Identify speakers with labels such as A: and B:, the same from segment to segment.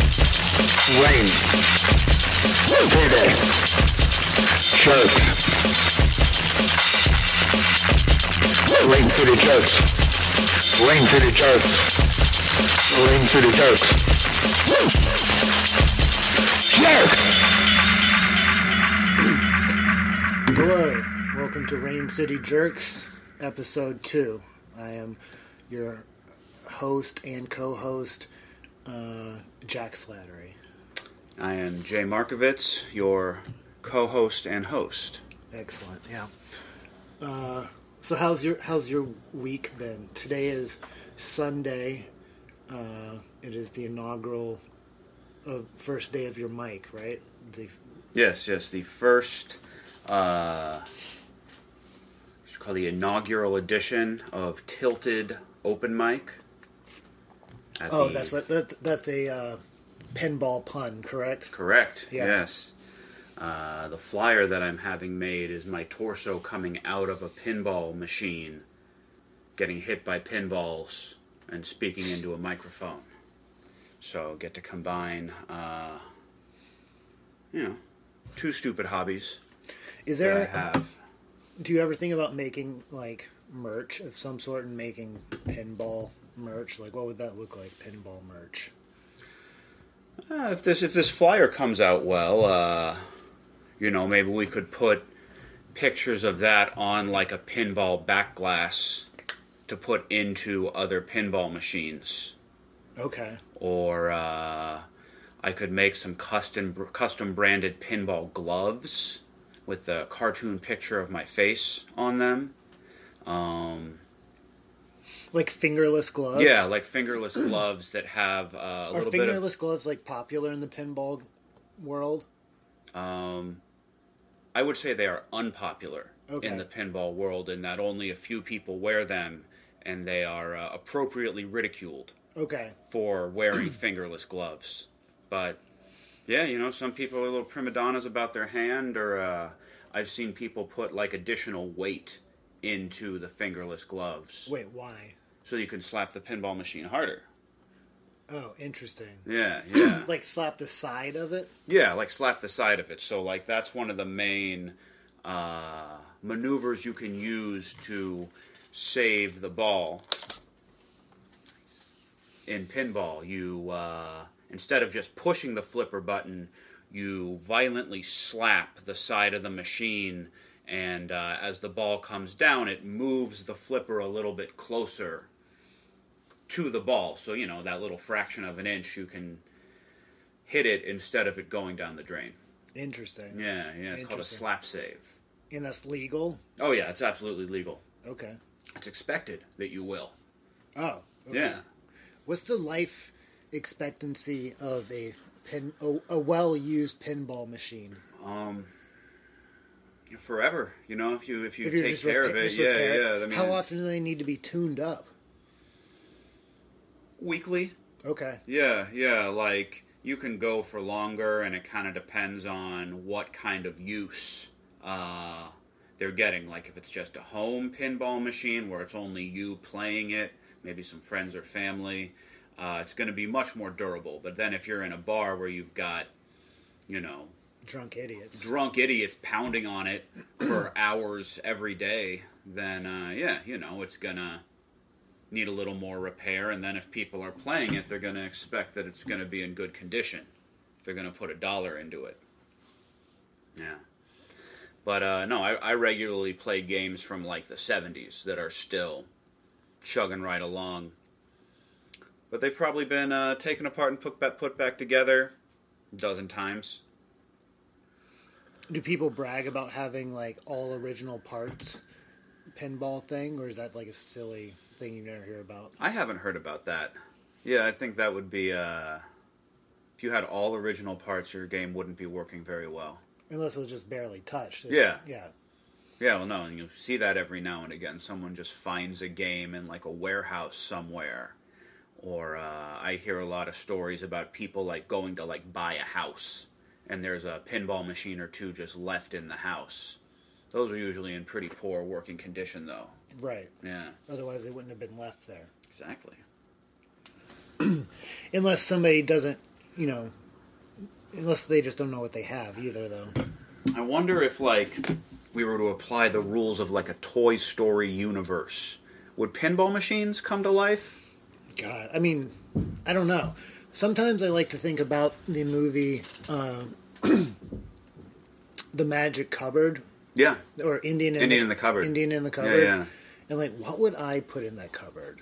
A: Wayne, Payday, Church, Wayne City Church, Wayne City Church, Wayne City Church,
B: Hello, welcome to Rain City Jerks, episode two. I am your host and co-host, uh, Jack Slattery.
C: I am Jay Markovitz, your co-host and host.
B: Excellent, yeah. Uh, so how's your how's your week been? Today is Sunday. Uh, it is the inaugural uh, first day of your mic, right? The,
C: Yes, yes, the first, uh, what you call the inaugural edition of Tilted Open Mic. At
B: oh,
C: the-
B: that's a, that, that's a uh, pinball pun, correct?
C: correct.
B: Yeah.
C: Yes, uh, the flyer that I'm having made is my torso coming out of a pinball machine, getting hit by pinballs, and speaking into a microphone. So get to combine, uh, you know, two stupid hobbies.
B: Is
C: that I
B: there?
C: have.
B: Do you ever think about making like merch of some sort and making pinball merch? Like, what would that look like? Pinball merch.
C: Uh, if this if this flyer comes out well, uh, you know, maybe we could put pictures of that on like a pinball back glass to put into other pinball machines,
B: Okay.
C: or uh, I could make some custom custom branded pinball gloves with the cartoon picture of my face on them.
B: Like fingerless gloves.
C: Yeah, like fingerless gloves that have uh, a
B: Are
C: little bit of
B: fingerless gloves like popular in the pinball world?
C: I would say they are unpopular
B: Okay.
C: in the pinball world in that only a few people wear them and they are uh, appropriately ridiculed
B: Okay.
C: for wearing fingerless gloves. But yeah, you know, some people are little prima donnas about their hand or uh, I've seen people put like additional weight into the fingerless gloves
B: Wait, why?
C: so you can slap the pinball machine harder.
B: Oh, interesting.
C: Yeah, yeah.
B: Like slap the side of it.
C: Yeah, like slap the side of it. So like that's one of the main uh, maneuvers you can use to save the ball. In pinball, you uh, instead of just pushing the flipper button, you violently slap the side of the machine, and uh, as the ball comes down, it moves the flipper a little bit closer to the ball. So you know that little fraction of an inch, you can hit it instead of it going down the drain.
B: Interesting.
C: Yeah, yeah, it's called a
B: Interesting.
C: slap save.
B: And that's legal.
C: Oh yeah, it's absolutely legal.
B: Okay.
C: It's expected that you will.
B: Oh. Okay.
C: Yeah.
B: What's the life expectancy of a pin a, a well used pinball machine?
C: Forever, you know, if you if you
B: if you're
C: take
B: just
C: care
B: repa-
C: of it,
B: just
C: yeah,
B: repair it.
C: yeah. I mean,
B: How often do they need to be tuned up?
C: Weekly.
B: Okay.
C: Yeah, yeah. Like you can go for longer, and it kind of depends on what kind of use uh, they're getting. Like if it's just a home pinball machine where it's only you playing it, maybe some friends or family, uh, it's going to be much more durable. But then if you're in a bar where you've got, you know,
B: Drunk idiots.
C: drunk idiots pounding on it for hours every day, then uh, yeah, you know, it's gonna need a little more repair. And then if people are playing it, they're gonna expect that it's gonna be in good condition. If they're gonna put a dollar into it, yeah. But uh, no, I, I regularly play games from like the '70s that are still chugging right along. But they've probably been uh, taken apart and put back, put back together a dozen times.
B: Do people brag about having like all original parts pinball thing, or is that like a silly thing you never hear about?
C: I haven't heard about that. Yeah, I think that would be uh if you had all original parts your game wouldn't be working very well.
B: Unless it was just barely touched. It's-
C: Yeah.
B: Yeah.
C: Yeah, well no, and you see that every now and again. Someone just finds a game in like a warehouse somewhere. Or uh I hear a lot of stories about people like going to like buy a house and there's a pinball machine or two just left in the house. Those are usually in pretty poor working condition though.
B: Right.
C: Yeah,
B: Otherwise, they wouldn't have been left there.
C: exactly.
B: Unless somebody doesn't you know, unless they just don't know what they have either, though.
C: I wonder if like we were to apply the rules of like a Toy Story universe, would pinball machines come to life?
B: God, I mean, I don't know. Sometimes I like to think about the movie uh, The Magic Cupboard
C: Yeah.
B: or Indian in
C: Indian in the cupboard.
B: Indian in the
C: Yeah,
B: cupboard.
C: yeah.
B: And like, what would I put in that cupboard?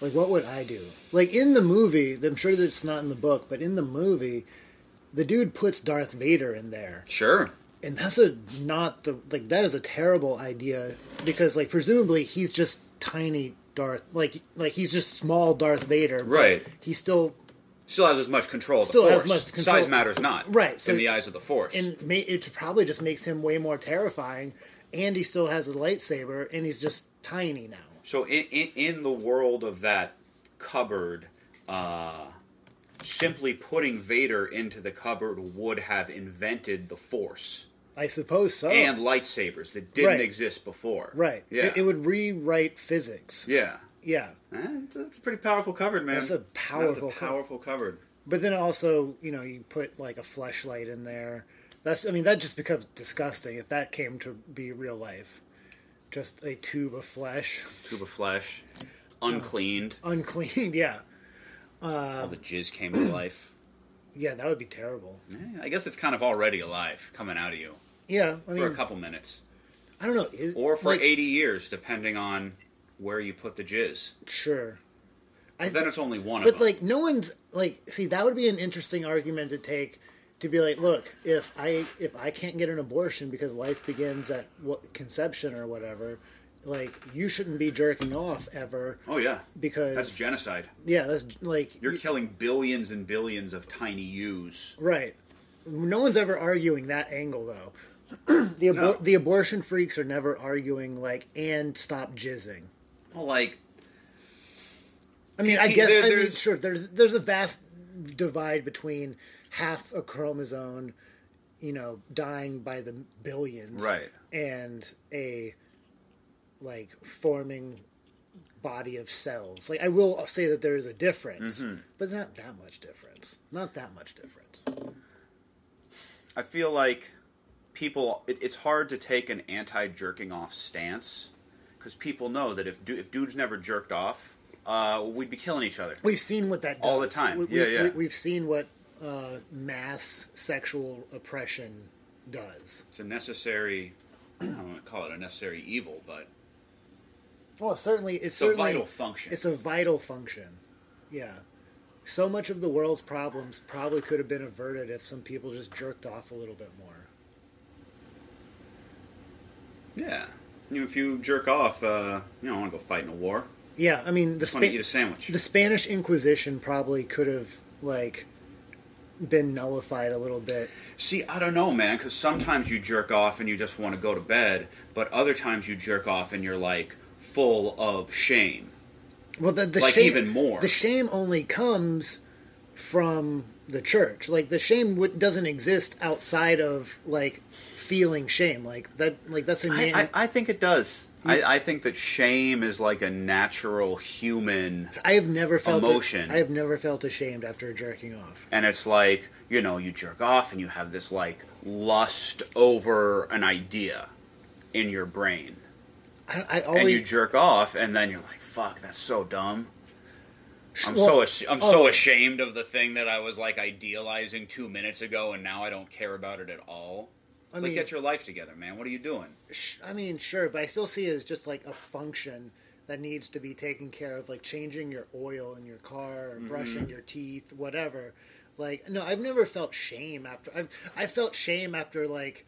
B: Like, what would I do? Like in the movie, I'm sure that it's not in the book, but in the movie, the dude puts Darth Vader in there,
C: Sure.
B: and that's a not the like that is a terrible idea because like presumably he's just tiny Darth, like like he's just small Darth Vader, but
C: Right.
B: He still
C: Still has as much control. Of
B: Still
C: the
B: has
C: force.
B: much control-
C: Size matters not.
B: Right, so-
C: in the eyes of the force.
B: and ma- it probably just makes him way more terrifying. And he still has a lightsaber, and he's just tiny now.
C: So in, in in the world of that cupboard, uh, simply putting Vader into the cupboard would have invented the Force
B: I suppose so.
C: and lightsabers that didn't
B: Oh. Right.
C: exist before.
B: Right.
C: Yeah.
B: It, it would rewrite physics.
C: Yeah.
B: Yeah.
C: Eh, It's it's a pretty powerful cupboard, man.
B: That's a powerful
C: That's a
B: cup-
C: powerful cupboard.
B: But then also, you know, you put like a flashlight in there. That's I mean, that just becomes disgusting if that came to be real life. Just a tube of flesh,
C: Tube of flesh, uncleaned.
B: unclean. Yeah.
C: All the jizz came to life.
B: Yeah, that would be terrible.
C: Eh, I guess it's kind of already alive coming out of you
B: Yeah, I
C: for a
B: mean,
C: couple minutes,
B: I don't know. Is,
C: or for
B: like,
C: eighty years, depending on where you put the jizz.
B: Sure. I
C: Then
B: thi-
C: it's only one of
B: But
C: them.
B: like no one's like see that would be an interesting argument to take to be like look if I if I can't get an abortion because life begins at what conception or whatever like you shouldn't be jerking off ever
C: Oh yeah,
B: because
C: that's genocide.
B: yeah that's like
C: You're
B: you-
C: killing billions and billions of tiny yous.
B: right no one's ever arguing that angle though the abor-
C: No.
B: the abortion freaks are never arguing like and stop jizzing
C: Well, like
B: I mean, I
C: He-
B: guess
C: there-
B: I mean,
C: there's-
B: sure. There's there's a vast divide between half a chromosome, you know, dying by the billions,
C: Right.
B: and a like forming body of cells. Like I will say that there is a difference,
C: Mm-hmm.
B: but not that much difference. Not that much difference.
C: I feel like people. It, it's hard to take an anti-jerking off stance because people know that if du- if dudes never jerked off, uh, we'd be killing each other.
B: We've seen what that does.
C: All the time.
B: We,
C: Yeah,
B: we,
C: yeah.
B: We, we've seen what uh, mass sexual oppression does.
C: It's a necessary. I don't want to call it a necessary evil, but
B: Well, certainly, it's,
C: a
B: certainly,
C: vital function.
B: It's a vital function. Yeah. So much of the world's problems probably could have been averted if some people just jerked off a little bit more.
C: yeah. You know, if you jerk off, uh, you don't want to go fight in a war.
B: Yeah, I mean the
C: Just want to
B: Spa-
C: eat a sandwich.
B: the Spanish Inquisition probably could have like been nullified a little bit.
C: See, I don't know, man, because sometimes you jerk off and you just want to go to bed, but other times you jerk off and you're like full of shame.
B: Well, the, the
C: Like,
B: shame,
C: even more.
B: The shame only comes from the church. Like the shame w- doesn't exist outside of like feeling shame. Like that. Like that's a man.
C: I, I, I think it does. I, I think that shame is like a natural human,
B: I have never felt
C: Emotion.
B: I have never felt ashamed after jerking off.
C: and it's like, you know, you jerk off and you have this like lust over an idea in your brain.
B: I, I
C: And you
B: always
C: jerk off, and then you're like, fuck, that's so dumb. I'm
B: well,
C: so ash- I'm
B: oh.
C: so ashamed of the thing that I was like idealizing two minutes ago, and now I don't care about it at all. It's like
B: mean-
C: get your life together, man. What are you doing?
B: sh- I mean, sure, but I still see it as just like a function that needs to be taken care of, like changing your oil in your car, or
C: Mm-hmm.
B: brushing your teeth, whatever. Like, no, I've never felt shame after. I've I felt shame after like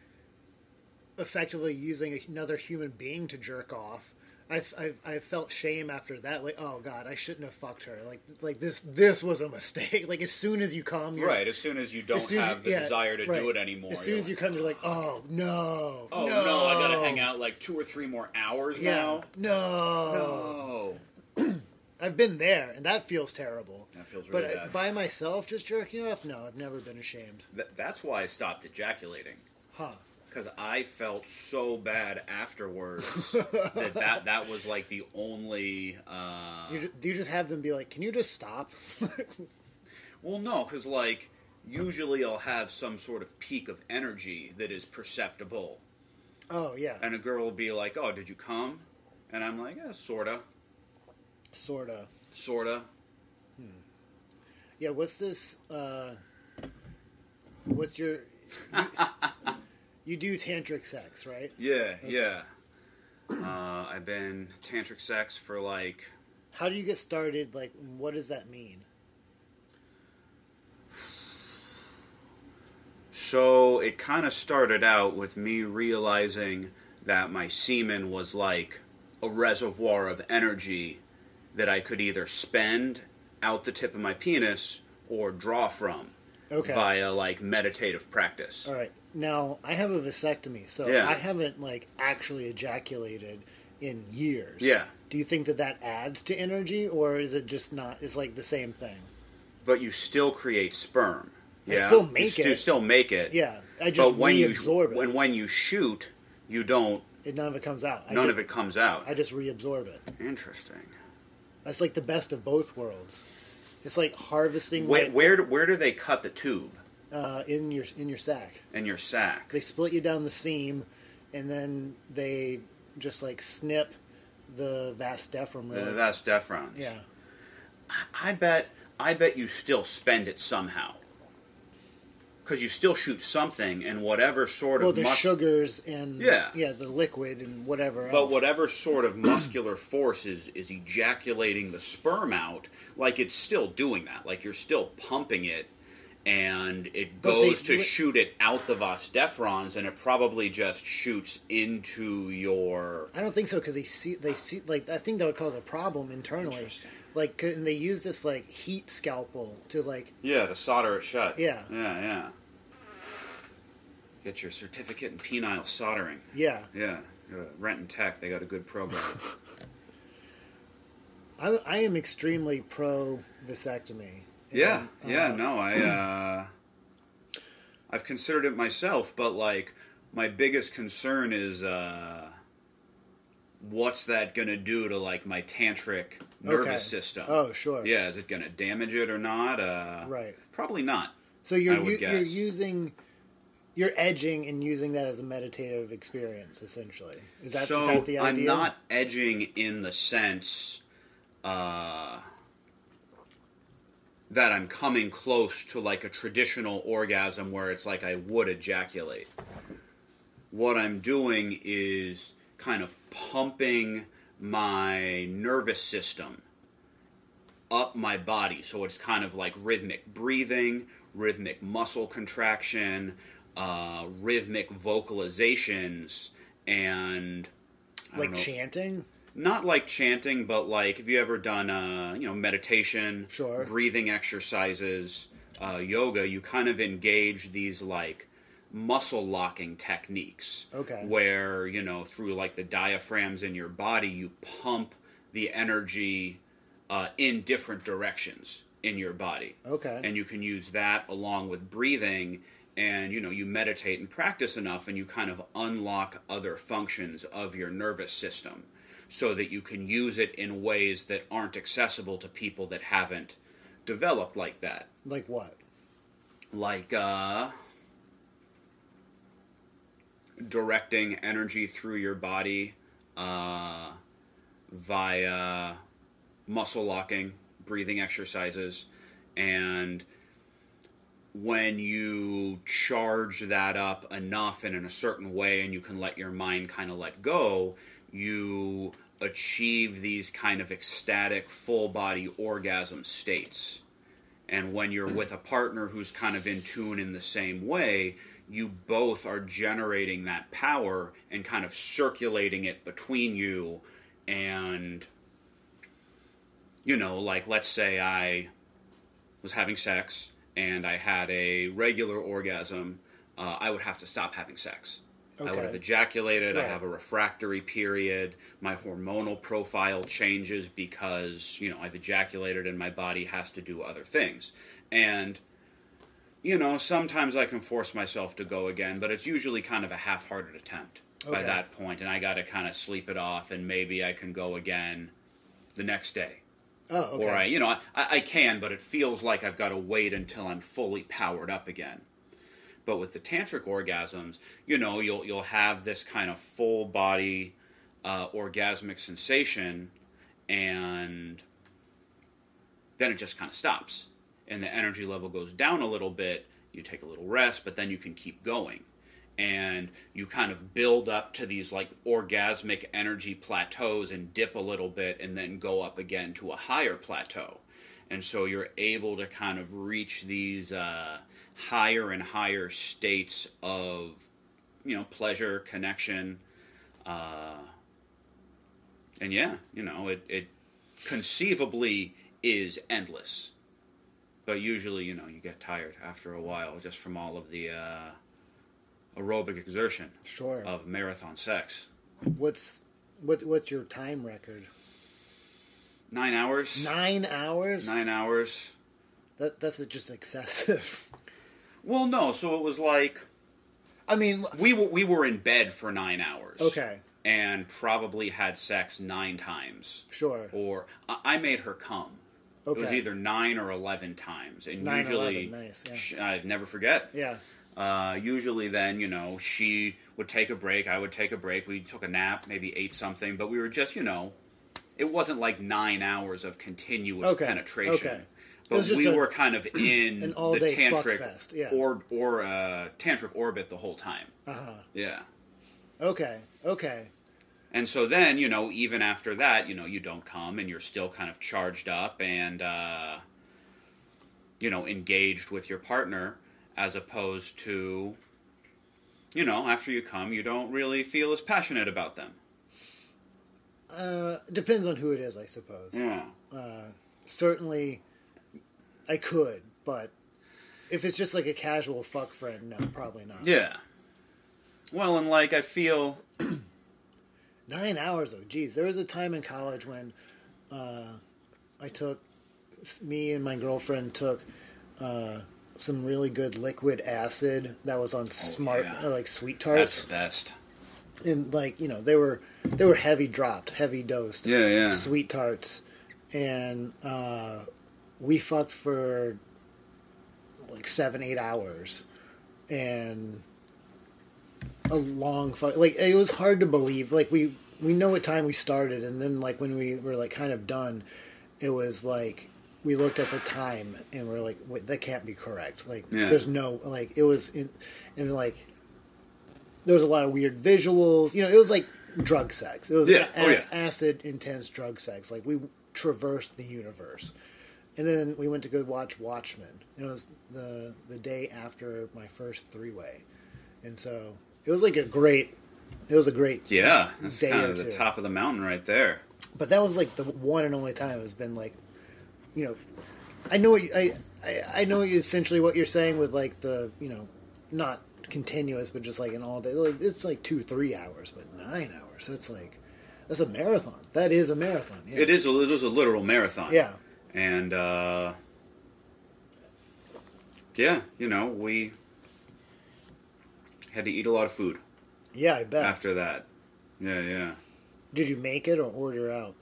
B: effectively using another human being to jerk off. I've, I've, I've felt shame after that. Like, oh god, I shouldn't have fucked her. Like, like this this was a mistake. Like, as soon as you come, you're,
C: Right. As soon as you don't
B: As soon as
C: have
B: you-
C: the
B: yeah,
C: desire to
B: right.
C: do it anymore,
B: As soon
C: you're
B: as you
C: like,
B: come, you're like, oh no,
C: oh no. I gotta hang out like two or three more hours
B: Yeah,
C: now.
B: no.
C: Oh,
B: I've been there, and that feels terrible.
C: That feels
B: but
C: really
B: I-
C: bad.
B: by myself, just jerking off, no, I've never been ashamed.
C: Th- that's why I stopped ejaculating
B: Huh?
C: because I felt so bad afterwards that, that that was like the only. Uh,
B: You just, you just have them be like, can you just stop?
C: Well, no, because like usually I'll have some sort of peak of energy that is perceptible.
B: Oh yeah,
C: And a girl will be like, "Oh, did you come?" And I'm like, "Yeah, sorta,
B: sorta.
C: sorta."
B: Yeah, what's this? Uh, what's your? You, you do tantric sex, right?
C: Yeah, yeah. Uh, I've been tantric sex for like
B: How do you get started? Like, what does that mean?
C: So it kind of started out with me realizing that my semen was like a reservoir of energy that I could either spend out the tip of my penis or draw from
B: Okay.
C: via like meditative practice.
B: All right. Now I have a vasectomy, so
C: Yeah.
B: I haven't like actually ejaculated in years.
C: Yeah.
B: Do you think that that adds to energy, or is it just not? It's like the same thing.
C: But you still create sperm.
B: I still make
C: you stu-
B: it.
C: still make it.
B: Yeah. I just
C: but when you
B: reabsorb it.
C: when when you shoot, you don't.
B: it. None of it comes out.
C: None
B: I
C: of it comes out.
B: I just reabsorb it.
C: Interesting.
B: That's like the best of both worlds. It's like harvesting
C: Where,
B: like,
C: where do- where do they cut the tube
B: uh, in your in your sack.
C: in your sack?
B: They split you down the seam, and then they just like snip the vas deferens.
C: Uh, That's Defrons.
B: yeah.
C: I bet. I bet you still spend it somehow. Because you still shoot something, and whatever sort
B: Well,
C: of
B: the
C: mus-
B: sugars and
C: Yeah.
B: the liquid and whatever.
C: but
B: else.
C: whatever sort of muscular force is is ejaculating the sperm out, like it's still doing that. Like you're still pumping it, and it
B: But they
C: goes to
B: do it-
C: shoot it out the vas deferens, and it probably just shoots into your.
B: I don't think so because they see they see like I think that would cause a problem internally.
C: Interesting.
B: Like, could and they use this like heat scalpel to like
C: Yeah, to solder it shut.
B: Yeah.
C: Yeah, yeah. Get your certificate in penile soldering.
B: yeah.
C: Yeah. Go to Rent and Tech, they got a good program.
B: I, I am extremely pro vasectomy.
C: yeah,
B: And,
C: yeah,
B: uh,
C: no, I uh I've considered it myself, but like my biggest concern is uh what's that gonna do to like my tantric nervous
B: Okay.
C: system?
B: Oh, sure.
C: Yeah, is it gonna damage it or not? Uh
B: Right.
C: probably not.
B: So you're
C: I would
B: u- you're
C: guess.
B: using you're edging and using that as a meditative experience essentially. Is that, is
C: so
B: that the
C: I'm
B: idea?
C: not edging in the sense uh, that I'm coming close to like a traditional orgasm where it's like I would ejaculate. What I'm doing is kind of pumping my nervous system up my body. So it's kind of like rhythmic breathing, rhythmic muscle contraction, uh, rhythmic vocalizations, and I don't
B: like
C: know,
B: chanting.
C: not like chanting, but like have you ever done uh, you know meditation,
B: Sure.
C: breathing exercises, uh, yoga? You kind of engage these like muscle locking techniques,
B: Okay.
C: Where you know through like the diaphragms in your body, you pump the energy uh, in different directions in your body.
B: Okay.
C: And you can use that along with breathing and you know you meditate and practice enough and you kind of unlock other functions of your nervous system so that you can use it in ways that aren't accessible to people that haven't developed like that.
B: Like what?
C: Like uh directing energy through your body uh via muscle locking, breathing exercises, and when you charge that up enough and in a certain way, and you can let your mind kind of let go, you achieve these kind of ecstatic, full body orgasm states. And when you're with a partner who's kind of in tune in the same way, you both are generating that power and kind of circulating it between you. And, you know, like let's say I was having sex and I had a regular orgasm, uh, I would have to stop having sex. I would
B: Okay.
C: have ejaculated. I
B: Right.
C: have a refractory period. My hormonal profile changes because, you know, I've ejaculated and my body has to do other things. And, you know, sometimes I can force myself to go again, but it's usually kind of a half hearted attempt by
B: Okay.
C: that point, And I got to kind of sleep it off and maybe I can go again the next day
B: Oh, okay.
C: Or I, you know, I, I can, but it feels like I've got to wait until I'm fully powered up again. But with the tantric orgasms, you know, you'll you'll have this kind of full body uh, orgasmic sensation, and then it just kind of stops, and the energy level goes down a little bit. You take a little rest, but then you can keep going, and you kind of build up to these like orgasmic energy plateaus and dip a little bit, and then go up again to a higher plateau, and so you're able to kind of reach these. Uh, higher and higher states of you know pleasure connection uh, and yeah you know it, it conceivably is endless but usually you know you get tired after a while just from all of the uh, aerobic exertion
B: Sure.
C: of marathon sex
B: What's what? What's your time record?
C: nine hours
B: Nine hours.
C: nine hours
B: That, that's just excessive.
C: well no so it was like
B: I mean,
C: we were, we were in bed for nine hours
B: okay,
C: and probably had sex nine times
B: sure.
C: or I I made her come. It was
B: Okay.
C: either nine or eleven times, and
B: Nine or
C: usually,
B: 11, nice, yeah.
C: sh- I'd never forget.
B: Yeah.
C: Uh, usually, then you know, she would take a break. I would take a break. We took a nap, maybe ate something, but we were just, you know, it wasn't like nine hours of continuous
B: Okay,
C: penetration.
B: okay. It was
C: But
B: just
C: we
B: a-
C: were kind of in
B: an
C: the
B: all-day fuck
C: tantric
B: fest, yeah. Uh.
C: or or uh, tantric orbit the whole time. Uh-huh. Yeah.
B: Okay. Okay.
C: And so then, you know, even after that, you know, you don't come and you're still kind of charged up and, uh, you know, engaged with your partner as opposed to, you know, after you come, you don't really feel as passionate about them.
B: Uh, depends on who it is, I suppose.
C: Yeah.
B: Certainly, I could, but if it's just like a casual fuck friend, no, probably not.
C: Yeah. Well, and like, I feel,
B: Nine hours though, geez. There was a time in college when uh, I took me and my girlfriend took uh, some really good liquid acid that was on smart
C: yeah.
B: uh, like sweet
C: that's
B: tarts
C: the best.
B: and like you know they were they were heavy dropped, heavy dosed.
C: Yeah, yeah.
B: Sweet tarts, and uh, we fucked for like seven eight hours, and a long fuck. Like it was hard to believe. Like we we know what time we started, and then like when we were like kind of done, it was like we looked at the time and we're like, Wait, that can't be correct. Like
C: Yeah.
B: there's no like it was in, and like there was a lot of weird visuals. You know, it was like drug sex. It was
C: Yeah. Oh,
B: ac-
C: yeah.
B: acid intense drug sex. Like we traversed the universe. And then we went to go watch Watchmen. It was the the day after my first three way, and so it was like a great, it was a great.
C: Yeah. That's
B: Day
C: kind
B: or
C: of the
B: two.
C: top of the mountain right there.
B: But that was like the one and only time it's been like, you know, I know what you, I, I I know essentially what you're saying with like the you know, not continuous but just like an all day like it's like two three hours but nine hours that's like, that's a marathon that is a marathon yeah.
C: It is, a, it was a literal marathon.
B: yeah
C: and uh, yeah, you know, we had to eat a lot of food
B: yeah I bet
C: after that. Yeah, yeah.
B: did you make it or order out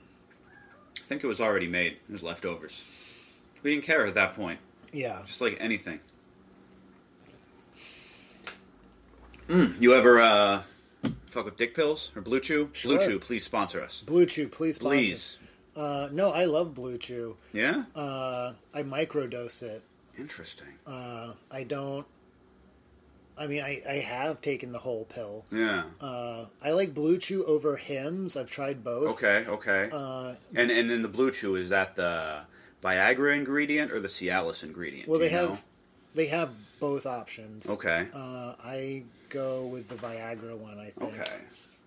C: I think it was already made. It was leftovers. We didn't care at that point.
B: yeah
C: Just like anything. Mm, you ever uh, fuck with dick pills or Blue Chew?
B: Sure.
C: Blue Chew, please sponsor us.
B: Blue Chew please sponsor.
C: Please.
B: Uh, no, I love Blue Chew.
C: Yeah?
B: Uh, I microdose it.
C: Interesting.
B: Uh, I don't. I mean, I, I have taken the whole pill.
C: yeah.
B: Uh, I like Blue Chew over Hims. I've tried both.
C: Okay, okay.
B: Uh,
C: And and then the blue chew is that the Viagra ingredient or the Cialis ingredient?
B: well,
C: Do
B: they
C: you
B: have
C: know?
B: they have both options.
C: Okay.
B: Uh, I go with the Viagra one. I think
C: okay.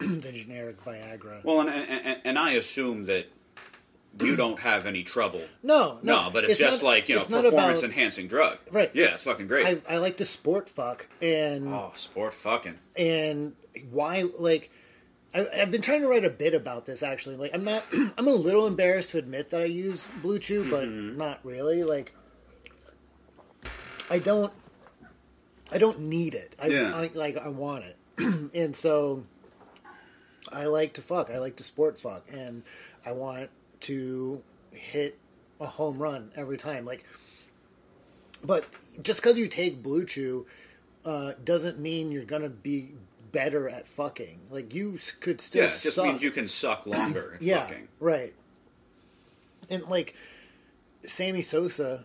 B: the generic Viagra.
C: Well, and, and and- and I assume that you don't have any trouble.
B: no,
C: No,
B: no,
C: but it's, just
B: not-
C: like you know,
B: it's not
C: performance
B: about-
C: enhancing drug.
B: Right.
C: Yeah, it's fucking great.
B: I, I like to sport fuck and
C: oh, sport fucking.
B: and why like I, I've been trying to write a bit about this actually. Like I'm not I'm a little embarrassed to admit that I use Blue Chew, but not really. Like I don't I don't need it. I,
C: Yeah.
B: I like I want it. and so I like to fuck. I like to sport fuck and I want to hit a home run every time. Like, but just because you take Blue Chew uh, doesn't mean you're gonna be better at fucking. Like you s- could still
C: Yeah, it just
B: suck.
C: means you can suck longer. at
B: yeah,
C: fucking.
B: right. And like Sammy Sosa,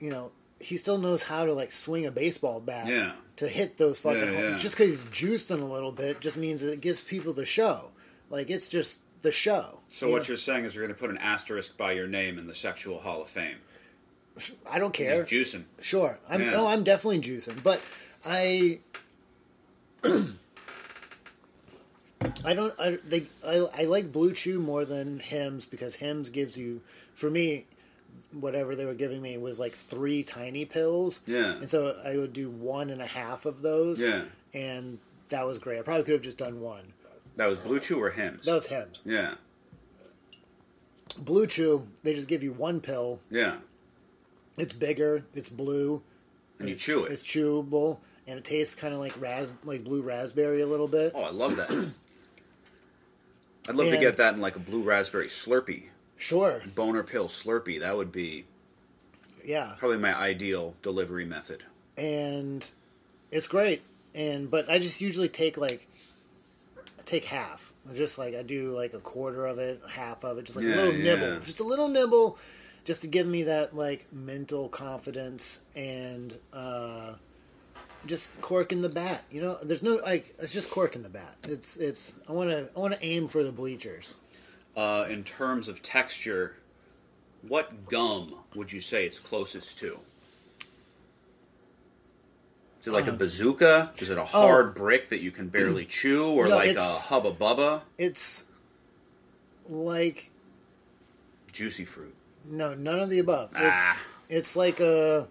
B: you know, he still knows how to like swing a baseball bat
C: Yeah.
B: to hit those fucking.
C: Yeah,
B: home-
C: yeah.
B: Just because he's juicing a little bit just means that it gives people the show. Like it's just the show.
C: So what you're saying is you're going to put an asterisk by your name in the sexual hall of fame.
B: I don't care.
C: Just juicing.
B: Sure. I'm
C: Yeah.
B: no, I'm definitely juicing, but I I don't I they I, I like Blue Chew more than Hims because Hims gives you for me whatever they were giving me was like three tiny pills.
C: Yeah.
B: And so I would do one and a half of those.
C: Yeah.
B: And that was great. I probably could have just done one.
C: That was Blue Chew or Hims?
B: That was Hims.
C: yeah,
B: Blue Chew, they just give you one pill.
C: yeah.
B: It's bigger, it's blue,
C: And you
B: It's-
C: chew it.
B: It's chewable, and it tastes kind of like ras like blue raspberry a little bit.
C: Oh, I love that. I'd love to
B: And-
C: get that in like a blue raspberry Slurpee,
B: Sure,
C: boner pill Slurpee. That would be
B: yeah,
C: probably my ideal delivery method.
B: and it's great. And but I just usually take like I take half. I Just like I do like a quarter of it, half of it, just like
C: Yeah,
B: a little
C: yeah.
B: nibble, just a little nibble, just to give me that like mental confidence and uh, just cork in the bat. You know, there's no like it's just cork in the bat. It's it's I want to I want to aim for the bleachers.
C: Uh, in terms of texture, what gum would you say it's closest to? Is it like
B: Uh.
C: a bazooka? Is it a hard brick that you can barely chew, or
B: Oh. No,
C: like a
B: it's-
C: hubba bubba?
B: It's like
C: Juicy fruit.
B: no, none of the above. It's
C: Ah.
B: it's like a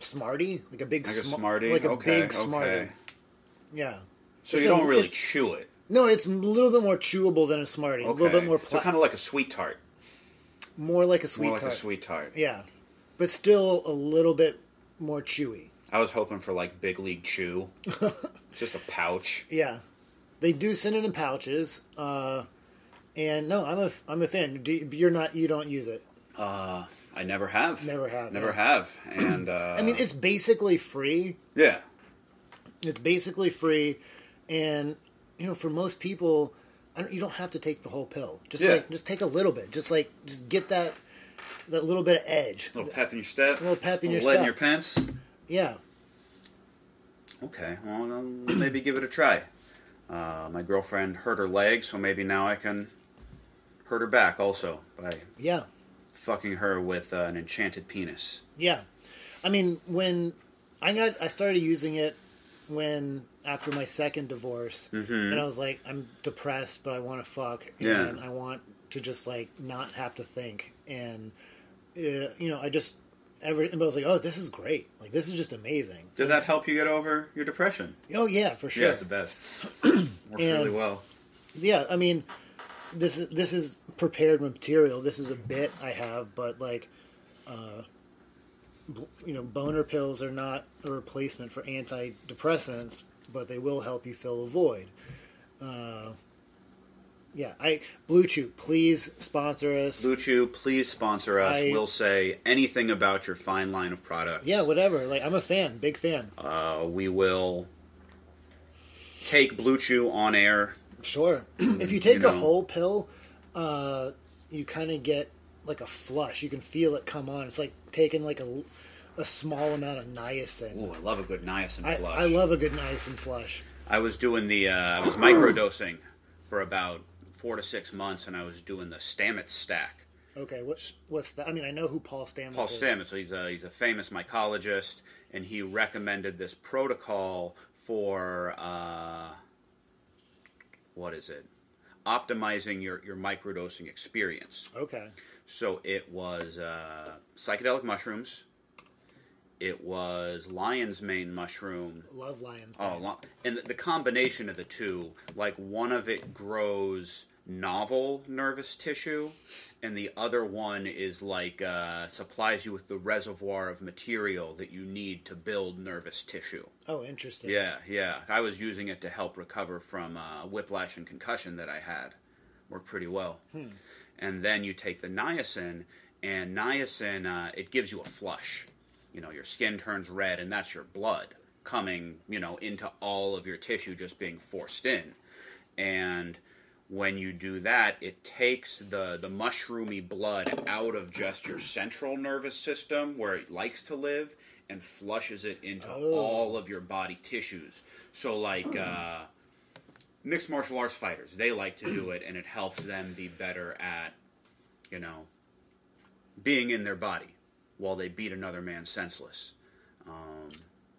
B: smarty, like a big
C: Like a
B: sma-
C: smarty.
B: like a
C: okay,
B: big smarty.
C: Okay.
B: Yeah.
C: So
B: It's
C: you
B: a-
C: don't really
B: it's-
C: chew it.
B: No, it's a little bit more chewable than a smarty. A little bit more pla-
C: so kind of like a sweet tart.
B: more like a sweet
C: More like
B: tart.
C: a sweet tart.
B: Yeah, but still a little bit more chewy.
C: I was hoping for like big league chew, just a pouch.
B: Yeah, they do send it in pouches. Uh, and no, I'm a f- I'm a fan. Do you, you're not you don't use it.
C: I never have.
B: Never have,
C: Never
B: yeah.
C: have. And uh,
B: I mean, it's basically free.
C: yeah,
B: It's basically free, and you know, for most people, I don't, you don't have to take the whole pill. Just
C: Yeah.
B: like, just take a little bit. Just like, just get that that little bit of edge.
C: little pep in your step,
B: little pep in your
C: lead in
B: step.
C: your pants.
B: Yeah,
C: Okay, well then maybe give it a try. Uh, my girlfriend hurt her leg, so maybe now I can hurt her back also by
B: yeah,
C: fucking her with uh, an enchanted penis.
B: yeah. I mean, when I got, I started using it when after my second divorce, and I was like, I'm depressed, but I want to fuck,
C: Mm-hmm. Yeah.
B: and I want to just like not have to think, and uh, you know, I just every, and I was like, oh, this is great. Like, this is just amazing.
C: Did that help you get over your depression?
B: Oh yeah, for sure.
C: Yeah, it's the best. Works really
B: And-
C: well.
B: yeah, I mean, this is this is prepared material. This is a bit I have, but like, uh, b- you know, boner pills are not a replacement for antidepressants, but they will help you fill a void. Uh, yeah, I Blue Chew, please sponsor us.
C: Blue Chew, please sponsor us.
B: I-
C: we'll say anything about your fine line of products.
B: yeah, whatever. Like, I'm a fan, big fan.
C: Uh, we will take Blue Chew on air.
B: Sure. if you take
C: you know.
B: a whole pill, uh, you kind of get like a flush. You can feel it come on. It's like taking like a, a small amount of niacin.
C: Ooh, I love a good niacin
B: I,
C: flush.
B: I love a good niacin flush.
C: I was doing the uh, I was microdosing for about four to six months, and I was doing the Stamets stack.
B: Okay, what, what's that? I mean, I know who Paul Stamets
C: Paul
B: is.
C: Stamets, he's a, he's a famous mycologist, and he recommended this protocol for uh, what is it? Optimizing your, your microdosing experience.
B: Okay.
C: So it was uh, psychedelic mushrooms. It was lion's mane mushroom.
B: Love Lions.
C: Oh, lo- and the, the combination of the two, like one of it grows novel nervous tissue, and the other one is like uh, supplies you with the reservoir of material that you need to build nervous tissue.
B: Oh, interesting.
C: Yeah, yeah. I was using it to help recover from uh, whiplash and concussion that I had. Worked pretty well. and then you take the niacin, and niacin uh, it gives you a flush. You know, your skin turns red, and that's your blood coming, you know, into all of your tissue just being forced in. And when you do that, it takes the, the mushroomy blood out of just your central nervous system where it likes to live and flushes it into all of your body tissues. So, like uh, mixed martial arts fighters, they like to do it and it helps them be better at, you know, being in their body while they beat another man senseless.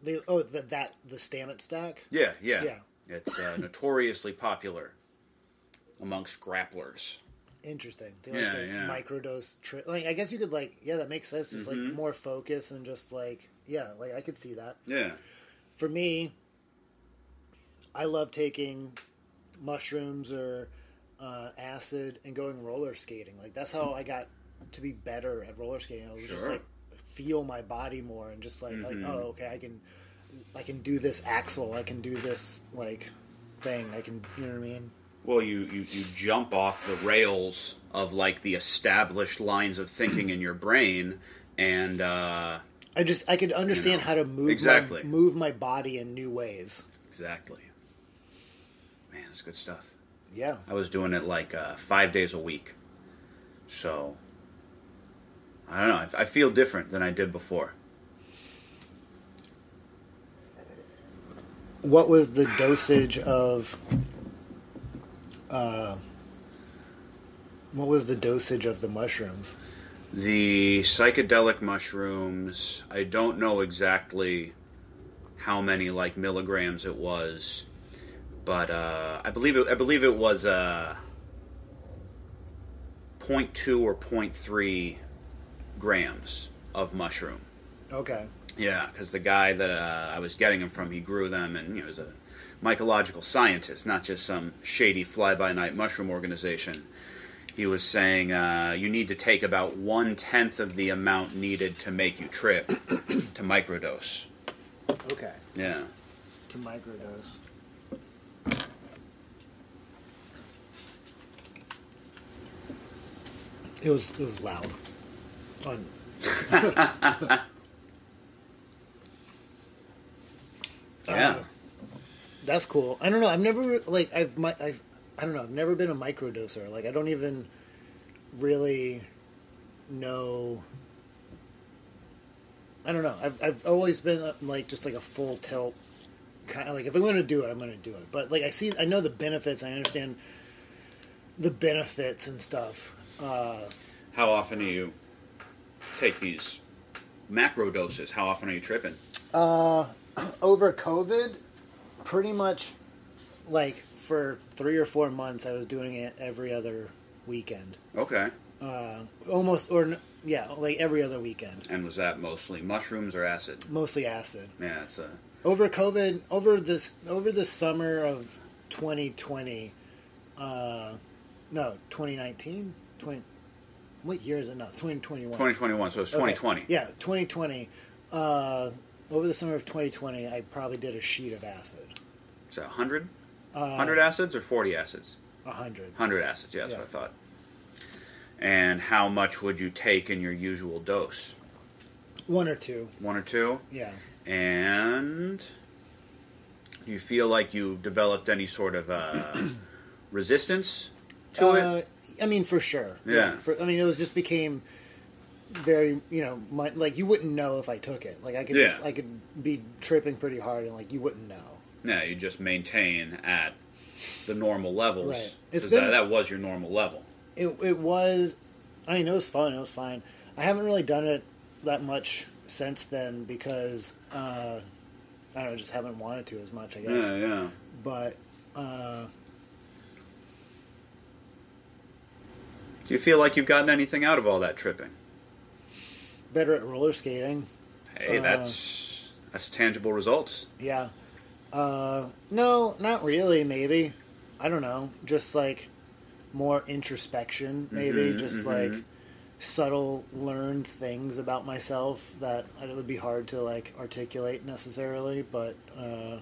B: The, oh, the, that the Stamets stack.
C: Yeah, yeah.
B: Yeah.
C: It's uh, notoriously popular amongst grapplers.
B: Interesting. They like
C: Yeah,
B: the
C: yeah.
B: microdose. Tri- like I guess you could like yeah, that makes sense. Just
C: Mm-hmm.
B: like more focus and just like yeah, like I could see that.
C: Yeah.
B: for me, I love taking mushrooms or uh, acid and going roller skating. Like that's how I got to be better at roller skating. I was just
C: Sure. Mm-hmm.
B: like feel my body more and just like, like oh okay, I can I can do this axle. I can do this like thing. I can you know what I mean?
C: Well, you, you, you jump off the rails of like the established lines of thinking in your brain, and uh,
B: I just I could understand how to move my-
C: exactly.
B: move my body in new ways.
C: exactly. Man, it's good stuff.
B: Yeah.
C: I was doing it like uh, five days a week, so I don't know. I, f- I feel different than I did before.
B: what was the dosage of uh, what was the dosage of the mushrooms
C: The psychedelic mushrooms, I don't know exactly how many like milligrams it was, but uh, I believe it, I believe it was uh, 0.2 or 0.3 grams of mushroom.
B: okay
C: Yeah, because the guy that uh, I was getting them from, he grew them, and you know, he was a mycological scientist, not just some shady fly-by-night mushroom organization. He was saying uh, you need to take about one tenth of the amount needed to make you trip to microdose.
B: okay
C: Yeah,
B: to microdose it was it was loud fun
C: yeah,
B: Uh-huh. that's cool i don't know i've never like i've my i've i don't know i've never been a microdoser like i don't even really know i don't know i've, I've always been uh, like just like a full tilt kind of like if i'm going to do it i'm going to do it but like i see i know the benefits i understand the benefits and stuff uh
C: How often do you take these macro doses? How often are you tripping?
B: over COVID, pretty much like for three or four months, I was doing it every other weekend.
C: Okay,
B: Almost, or n- yeah, like every other weekend.
C: and was that mostly mushrooms or acid?
B: Mostly acid.
C: Yeah, it's uh, a
B: Over COVID, over this, over the summer of 2020, uh, no, 2019? 20, what year is it now? It's 2021.
C: 2021, so it's
B: Okay.
C: 2020.
B: Yeah, 2020. Uh, over the summer of 2020, I probably did a sheet of acid.
C: So 100?
B: Uh,
C: 100 acids or 40 acids?
B: 100.
C: 100 acids, yeah, that's
B: Yeah.
C: what I thought. And how much would you take in your usual dose?
B: One or two.
C: One or two?
B: Yeah.
C: And do you feel like you developed any sort of uh, resistance to
B: Uh,
C: it?
B: I mean, for sure.
C: Yeah.
B: For, I mean, it was just became very, you know, my, like you wouldn't know if I took it. Like I could,
C: Yeah.
B: just, I could be tripping pretty hard, and like you wouldn't know.
C: No, you just maintain at the normal levels.
B: Right. It's
C: 'cause
B: been-
C: that, that was your normal level.
B: It, it was, I mean, it was fun. It was fine. I haven't really done it that much since then because uh, I don't know, just haven't wanted to as much. I guess.
C: Yeah, yeah.
B: But
C: Do you feel like you've gotten anything out of all that tripping?
B: better at roller skating.
C: Hey,
B: Uh,
C: that's that's tangible results.
B: Yeah. Uh, no, not really. Maybe I don't know. Just like more introspection, maybe
C: Mm-hmm,
B: just like subtle learned things about myself that it would be hard to like articulate necessarily. But uh,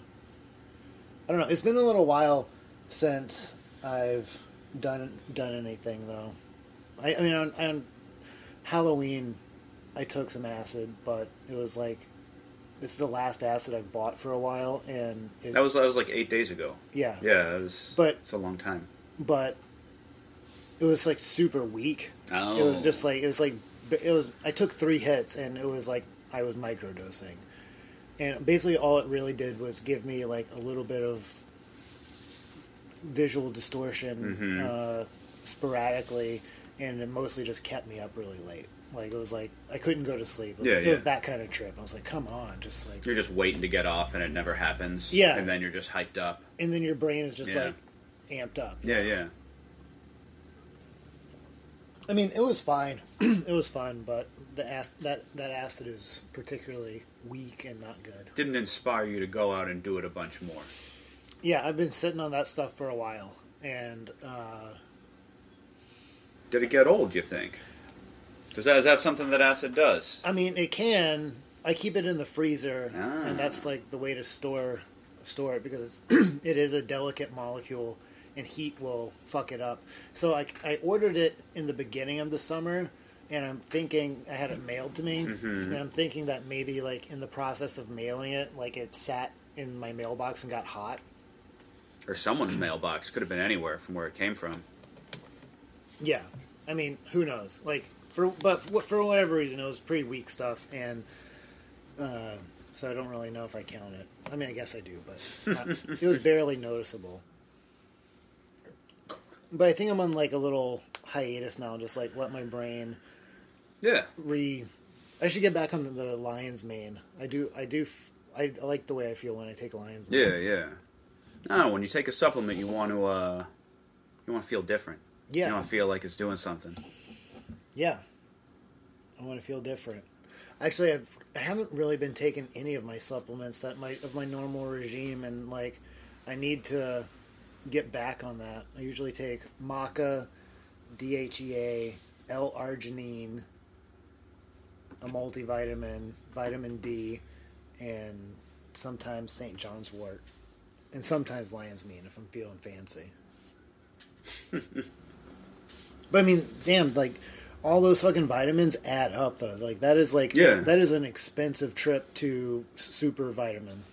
B: I don't know. It's been a little while since I've done done anything though. I, I mean, on, on Halloween, I took some acid, but it was like it's the last acid I've bought for a while, and it,
C: That was that was like eight days ago.
B: yeah,
C: Yeah, that was.
B: But-
C: it's a long time.
B: but it was like super weak.
C: Oh.
B: It was just like it was like it was. I took three hits, and it was like I was microdosing, and basically all it really did was give me like a little bit of visual distortion
C: Mm-hmm.
B: uh, sporadically, and it mostly just kept me up really late. Like it was like I couldn't go to sleep. It was,
C: Yeah,
B: it was
C: yeah.
B: that kind of trip. I was like, come on, just like
C: You're just waiting to get off, and it never happens.
B: Yeah.
C: and then you're just hyped up.
B: and then your brain is just
C: Yeah.
B: like amped up.
C: Yeah, yeah.
B: I mean, it was fine. it was fun, but the ac- that that acid is particularly weak and not good.
C: Didn't inspire you to go out and do it a bunch more.
B: Yeah, I've been sitting on that stuff for a while, and uh,
C: Did it get old? You think? Does that is that something that acid does?
B: I mean, it can. I keep it in the freezer,
C: Ah.
B: and that's like the way to store store it because it's, it is a delicate molecule, and heat will fuck it up. So I, I ordered it in the beginning of the summer, and I'm thinking I had it mailed to me, and I'm thinking that maybe like in the process of mailing it, like it sat in my mailbox and got hot.
C: Or someone's mailbox could have been anywhere from where it came from.
B: Yeah, I mean, who knows? Like for but wh- for whatever reason, it was pretty weak stuff, and uh, so I don't really know if I count it. I mean, I guess I do, but not, it was barely noticeable. But I think I'm on like a little hiatus now, just like let my brain
C: Yeah,
B: re. I should get back on the, the lion's mane. I do. I do. f- I, I like the way I feel when I take lion's mane.
C: yeah, yeah. No, when you take a supplement, you want to uh, you want to feel different.
B: Yeah.
C: you want to feel like it's doing something.
B: Yeah. I want to feel different. Actually, I've, I haven't really been taking any of my supplements that my of my normal regime, and like, I need to get back on that. I usually take maca, E DHEA, L-arginine, a multivitamin, vitamin D, and sometimes St. John's Wort, and sometimes lion's mane if I'm feeling fancy. But I mean, damn, like all those fucking vitamins add up though. Like that is like
C: Yeah.
B: that is an expensive trip to super vitamin.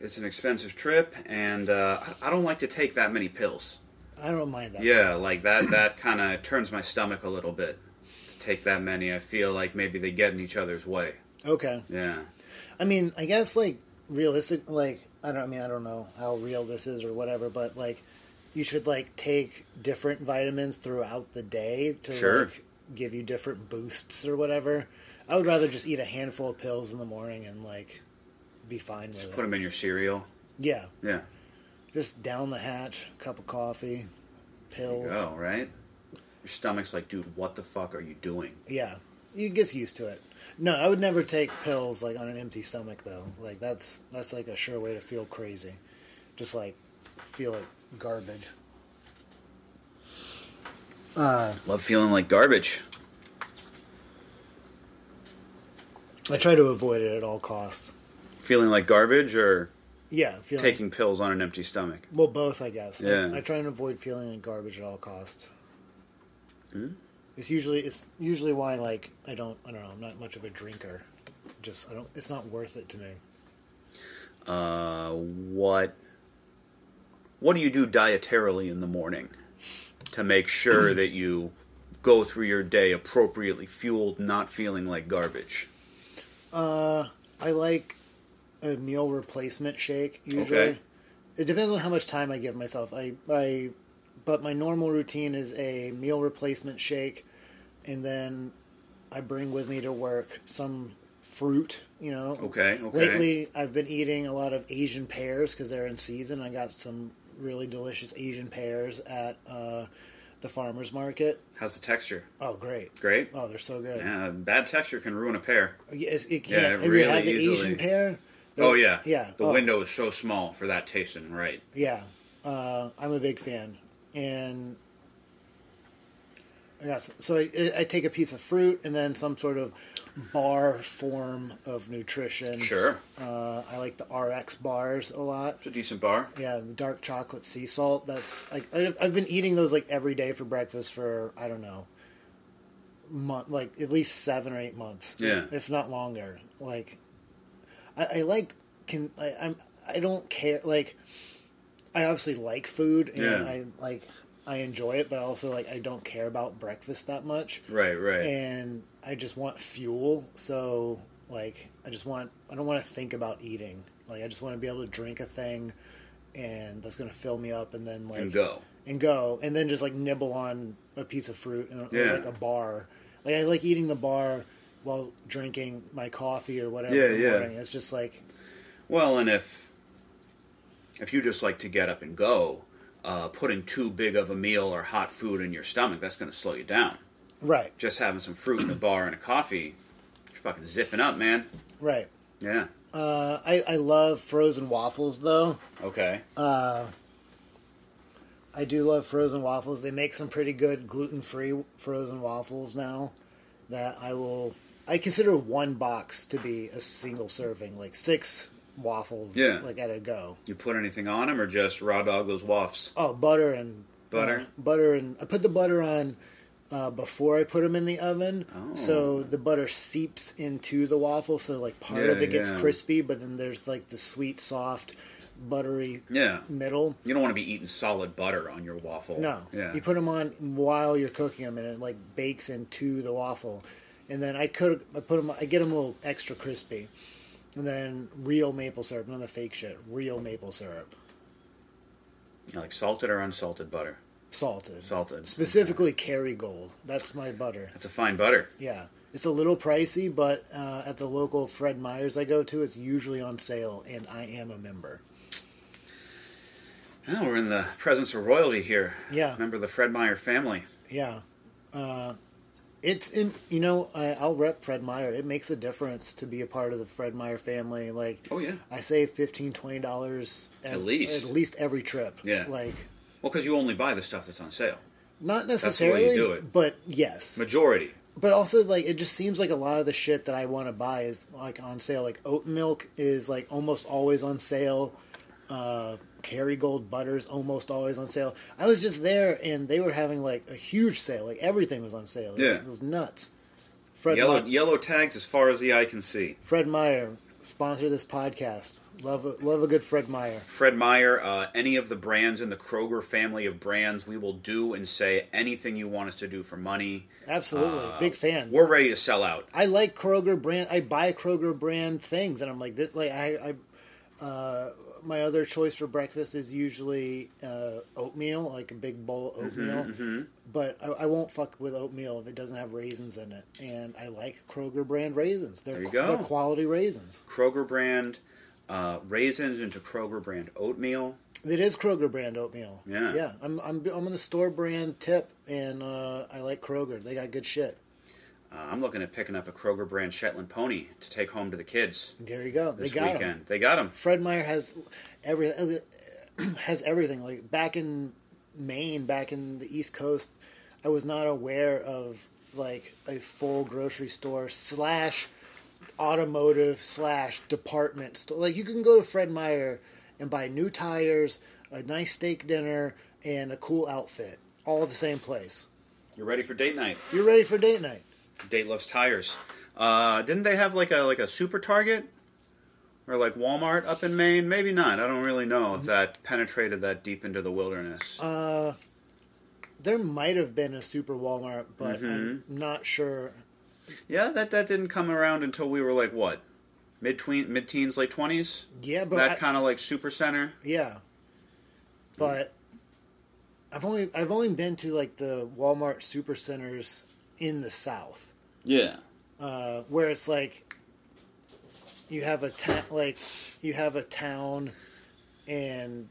C: It's an expensive trip, and uh, I I don't like to take that many pills.
B: I don't mind that.
C: Yeah, like that. That kind of turns my stomach a little bit. To take that many, I feel like maybe they get in each other's way.
B: Okay.
C: Yeah,
B: I mean, I guess like realistic like I don't I mean, I don't know how real this is or whatever, but like you should like take different vitamins throughout the day to
C: Sure.
B: like give you different boosts or whatever. I would rather just eat a handful of pills in the morning and like be fine with it.
C: put them in your cereal.
B: yeah.
C: Yeah,
B: Just down the hatch, cup of coffee, pills.
C: go Oh, right. Your stomach's like, dude, what the fuck are you doing?
B: Yeah, you gets used to it. No, I would never take pills like on an empty stomach though. Like that's that's like a sure way to feel crazy, just like feel like garbage.
C: Love feeling like garbage.
B: I try to avoid it at all costs.
C: Feeling like garbage or
B: Yeah, feeling
C: taking pills on an empty stomach.
B: well both I guess. I-
C: Yeah.
B: I, try and avoid feeling like garbage at all costs.
C: Hmm?
B: It's usually it's usually why like I don't I don't know I'm not much of a drinker. Just I don't. It's not worth it to me.
C: Uh, what? What do you do dietarily in the morning to make sure that you go through your day appropriately fueled, not feeling like garbage?
B: I like a meal replacement shake usually.
C: Okay.
B: It depends on how much time I give myself. I I but my normal routine is a meal replacement shake and then I bring with me to work some fruit, you know.
C: Okay, okay.
B: Lately I've been eating a lot of Asian pears cuz they're in season. I got some really delicious Asian pears at uh, the farmers market.
C: How's the texture?
B: Oh, great.
C: Great.
B: Oh, they're so good.
C: Yeah, Uh, bad texture can ruin a pear.
B: Yes, it
C: Yeah,
B: can. Have you
C: really
B: had the
C: easily.
B: Asian pear?
C: Oh yeah,
B: Yeah.
C: The
B: oh.
C: window is so small for that tasting right.
B: Yeah, uh, I'm a big fan, and yeah, so, so I, I take a piece of fruit and then some sort of bar form of nutrition.
C: Sure,
B: Uh, I like the RX bars a lot.
C: it's a decent bar.
B: Yeah, the dark chocolate sea salt. That's like I've I've been eating those like every day for breakfast for I don't know month, like at least seven or eight months,
C: Yeah.
B: if not longer. Like, I, I like can I, I'm I don't care. Like, I obviously like food and
C: Yeah.
B: I like I enjoy it, but also like I don't care about breakfast that much
C: Right, right.
B: and I just want fuel. So like I just want I don't want to think about eating. Like I just want to be able to drink a thing, and that's gonna fill me up, and then like
C: and go.
B: and go, and then just like nibble on a piece of fruit and or,
C: Yeah.
B: like a bar. Like I like eating the bar while drinking my coffee or whatever.
C: Yeah,
B: in the
C: yeah.
B: morning. It's just like
C: Well, and if if you just like to get up and go, uh, putting too big of a meal or hot food in your stomach, that's going to slow you down.
B: right,
C: Just having some fruit in a bar and a coffee, you're fucking zipping up, man.
B: right.
C: Yeah.
B: Uh, I I love frozen waffles though.
C: Okay.
B: Uh. I do love frozen waffles. They make some pretty good gluten free frozen waffles now that I will. I consider one box to be a single serving, like six waffles,
C: Yeah.
B: like at a go.
C: you put anything on them or just raw dog those wafts?
B: Oh, butter and
C: Butter?
B: uh, butter and I put the butter on uh, before I put them in the oven,
C: Oh.
B: so the butter seeps into the waffle. So like part
C: Yeah,
B: of it gets
C: yeah.
B: crispy, but then there's like the sweet, soft, buttery
C: Yeah.
B: middle.
C: You don't want to be eating solid butter on your waffle.
B: No.
C: Yeah.
B: You put them on while you're cooking them, and it like bakes into the waffle. And then I could I put them I get them a little extra crispy, and then real maple syrup, none of the fake shit. Real maple syrup,
C: You like salted or unsalted butter?
B: salted,
C: Salted.
B: specifically Kerrygold. That's my butter.
C: That's a fine butter.
B: Yeah, it's a little pricey, but uh, at the local Fred Meyer's I go to, it's usually on sale, and I am a member.
C: Now Oh, we're in the presence of royalty here.
B: Yeah.
C: Remember the Fred Meyer family.
B: Yeah. Uh, it's in, you know I, I'll rep Fred Meyer. It makes a difference to be a part of the Fred Meyer family. Like
C: Oh, yeah.
B: I save fifteen twenty dollars
C: At least.
B: at least every trip.
C: Yeah.
B: like
C: Well, because you only buy the stuff that's on sale.
B: not
C: the way you
B: necessarily,
C: do it.
B: but yes.
C: Majority.
B: But also like it just seems like a lot of the shit that I want to buy is like on sale. Like oat milk is like almost always on sale. Uh, Kerrygold butters almost always on sale. I was just there and they were having like a huge sale. Like everything was on sale. It-
C: Yeah.
B: it was nuts. Fred
C: yellow
B: Meyer,
C: yellow tags as far as the eye can see.
B: Fred Meyer sponsor this podcast. Love a, love a good Fred Meyer.
C: Fred Meyer, uh, any of the brands in the Kroger family of brands, we will do and say anything you want us to do for money.
B: Absolutely,
C: Uh,
B: big fan.
C: We're ready to sell out.
B: I like Kroger brand. I buy Kroger brand things, and I'm like this. Like I, I uh, my other choice for breakfast is usually uh, oatmeal, like a big bowl of
C: Mm-hmm,
B: oatmeal. But I, I won't fuck with oatmeal if it doesn't have raisins in it. And I like Kroger brand raisins. They're,
C: There you
B: qu-
C: go.
B: they're quality raisins.
C: Kroger brand uh, raisins into Kroger brand oatmeal.
B: It is Kroger brand oatmeal.
C: Yeah.
B: yeah. I'm I'm I'm on the store brand tip, and uh, I like Kroger. They got good shit.
C: Uh, I'm looking at picking up a Kroger brand Shetland pony to take home to the kids
B: There you go.
C: this
B: they got 'em.
C: weekend. They got them.
B: Fred Meyer has every has everything. Like back in Maine, back in the East Coast, I was not aware of like a full grocery store slash automotive slash department store. Like you can go to Fred Meyer and buy new tires, a nice steak dinner, and a cool outfit, all at the same place.
C: You're ready for date night.
B: You're ready for date night.
C: Date loves tires. Uh, didn't they have like a like a super Target or like Walmart up in Maine? Maybe not. I don't really know if that penetrated that deep into the wilderness.
B: There might have been a super Walmart, but I'm not sure.
C: yeah, that that didn't come around until we were like what mid tween mid teens, late twenties.
B: Yeah, but I-
C: That kind of like super center.
B: Yeah. But I've only I've only been to like the Walmart supercenters in the South,
C: Yeah.
B: uh, where it's like you have a ta- like you have a town and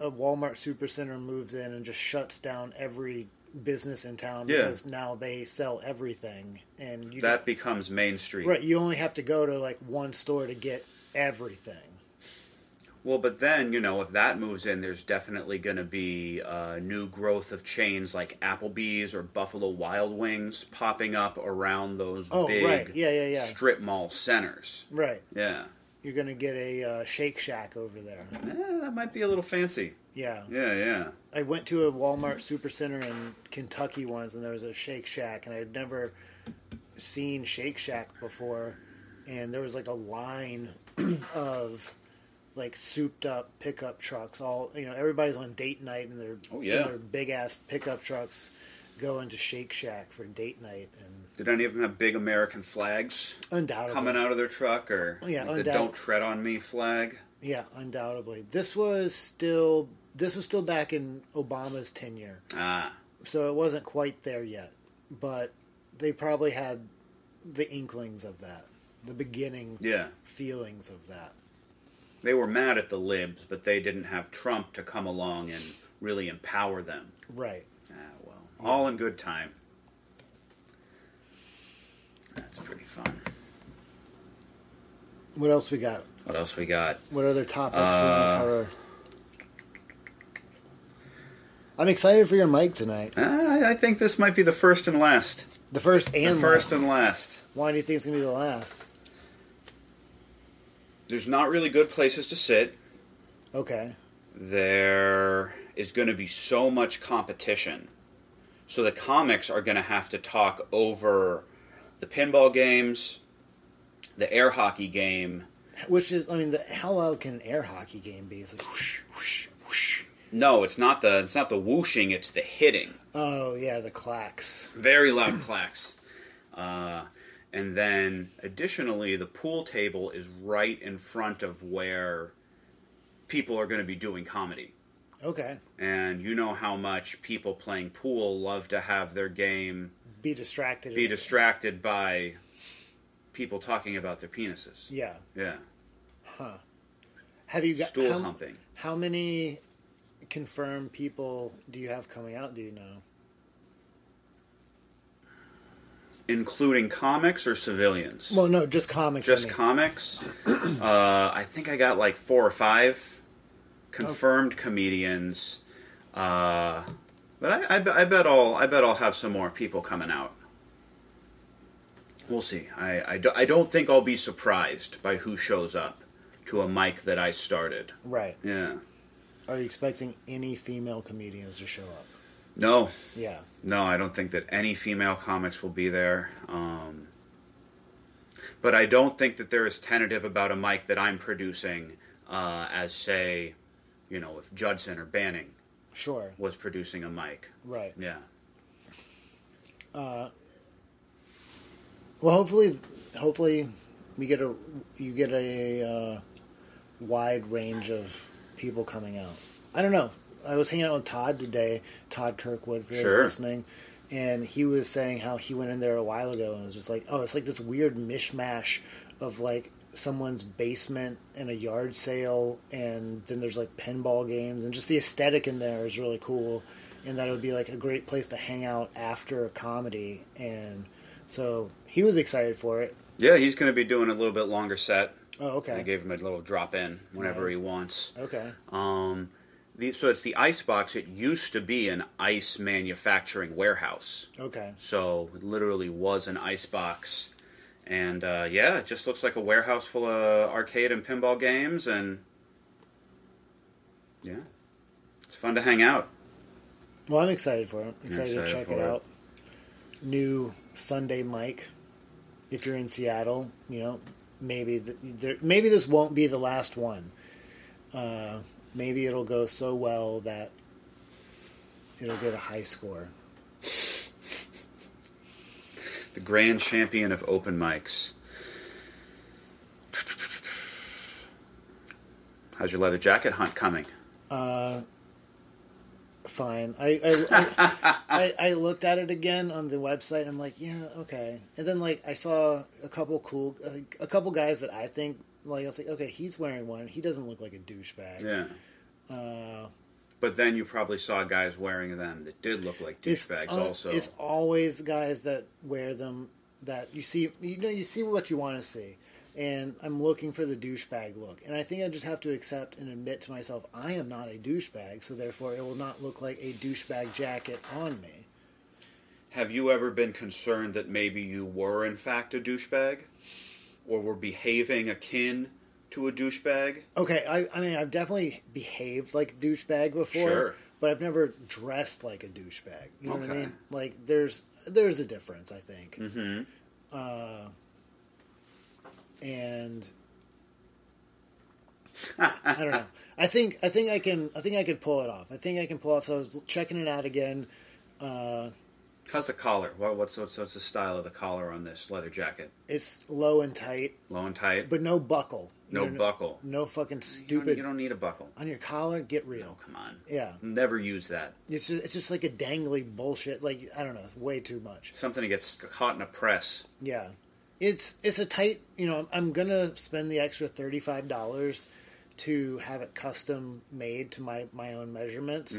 B: a Walmart supercenter moves in and just shuts down every business in town
C: Yeah.
B: because now they sell everything and you
C: That becomes Main Street.
B: right you only have to go to like one store to get everything.
C: Well, but then you know if that moves in, there's definitely going to be uh, new growth of chains like Applebee's or Buffalo Wild Wings popping up around those
B: Oh,
C: big
B: right. Yeah, yeah, yeah.
C: strip mall centers.
B: Right.
C: Yeah,
B: You're gonna get a uh, Shake Shack over there.
C: Eh, that might be a little fancy.
B: Yeah.
C: Yeah, yeah.
B: I went to a Walmart Supercenter in Kentucky once, and there was a Shake Shack, and I'd never seen Shake Shack before, and there was like a line of like souped up pickup trucks. All you know, everybody's on date night, and they're
C: Oh, yeah.
B: their big ass pickup trucks going to Shake Shack for date night, and
C: Did any of them have big American flags
B: undoubtedly
C: coming out of their truck or
B: Oh, Yeah,
C: like the
B: undoubt-
C: "Don't tread on me" flag?
B: Yeah, undoubtedly. This was still this was still back in Obama's tenure,
C: Ah,
B: so it wasn't quite there yet. But they probably had the inklings of that, the beginning
C: yeah.
B: feelings of that.
C: They were mad at the libs, but they didn't have Trump to come along and really empower them.
B: Right.
C: Ah, well, all in good time. That's pretty fun.
B: What else we got?
C: What else we got?
B: What other topics do you
C: Uh,
B: want to cover? I'm excited for your mic tonight.
C: Ah, I- I think this might be the first and last.
B: The first
C: The
B: and
C: first
B: last.
C: and last.
B: Why do you think it's gonna be the last?
C: There's not really good places to sit.
B: Okay.
C: there is going to be so much competition. So the comics are going to have to talk over the pinball games, the air hockey game.
B: Which is, I mean, the, how loud can an air hockey game be? It's like whoosh, whoosh, whoosh.
C: No, it's not the it's not the whooshing, it's the hitting.
B: Oh yeah, the clacks.
C: Very loud clacks. Uh, and then additionally the pool table is right in front of where people are going to be doing comedy.
B: Okay,
C: And you know how much people playing pool love to have their game
B: be distracted.
C: be distracted by people talking about their penises.
B: Yeah.
C: Yeah.
B: Have you got
C: Stool
B: how,
C: humping.
B: How many confirmed people do you have coming out? Do you know?
C: Including comics or civilians?
B: Well, no, just comics. I
C: Just
B: mean.
C: comics. uh, I think I got like four or five confirmed comedians. Uh, but I, I, be- I bet I'll I bet I'll have some more people coming out. We'll see. I, I, do, I don't think I'll be surprised by who shows up to a mic that I started.
B: right.
C: Yeah.
B: Are you expecting any female comedians to show up?
C: No,
B: Yeah.
C: No, I don't think that any female comics will be there. Um, but I don't think that they're as tentative about a mic that I'm producing uh, as, say, you know, if Judson or Banning
B: Sure.
C: was producing a mic.
B: Right.
C: Yeah.
B: Well, hopefully, hopefully, we get a you get a uh, wide range of people coming out. I don't know. I was hanging out with Todd today, Todd Kirkwood, for those
C: Sure.
B: listening, and he was saying how he went in there a while ago and was just like, "Oh, it's like this weird mishmash of like someone's basement and a yard sale, and then there's like pinball games, and just the aesthetic in there is really cool, and that it would be like a great place to hang out after a comedy." And so he was excited for it.
C: Yeah, he's going to be doing a little bit longer set.
B: Oh,
C: I
B: okay,
C: gave him a little drop in whenever he wants.
B: okay,
C: Um, the, so it's the Ice Box. It used to be an ice manufacturing warehouse.
B: okay.
C: So it literally was an icebox. And uh, yeah, it just looks like a warehouse full of arcade and pinball games. And yeah, it's fun to hang out.
B: Well, I'm excited for it. Excited, to
C: excited
B: check
C: for
B: it
C: it.
B: out. New Sunday mic. If you're in Seattle, you know maybe th there, maybe this won't be the last one. Uh, maybe it'll go so well that it'll get a high score.
C: The grand champion of open mics. How's your leather jacket hunt coming?
B: Fine. I I, I, I I looked at it again on the website. I'm like, yeah, okay. And then like I saw a couple cool, a couple guys that I think like I was like, okay, he's wearing one. He doesn't look like a douchebag.
C: Yeah.
B: Uh,
C: but then you probably saw guys wearing them that did look like douchebags,
B: al-
C: also.
B: It's always guys that wear them that you see. You know, you see what you want to see, and I'm looking for the douchebag look. And I think I just have to accept and admit to myself, I am not a douchebag, so therefore it will not look like a douchebag jacket on me.
C: Have you ever been concerned that maybe you were in fact a douchebag, or were behaving akin to a douchebag?
B: Okay, I, I mean, I've definitely behaved like a douchebag before,
C: Sure.
B: but I've never dressed like a douchebag. You know what I
C: Okay.
B: mean? Like, there's there's a difference, I think. Mm-hmm. Uh, and I don't know. I think I think I can I think I could pull it off. I think I can pull off. So I was checking it out again.
C: How's the collar? What, what's, what's what's the style of the collar on this leather jacket?
B: It's low and tight,
C: Low and tight.
B: but no buckle. You
C: no
B: know,
C: buckle.
B: No fucking
C: You don't-
B: stupid
C: You don't, need a buckle.
B: on your collar. Get real.
C: Come on.
B: Yeah.
C: Never use that.
B: It's just, it's just like a dangly bullshit. Like I don't know, it's way too much.
C: Something that gets caught in a press.
B: Yeah, it's it's a tight. You know, I'm, I'm gonna spend the extra thirty five dollars to have it custom made to my my own measurements.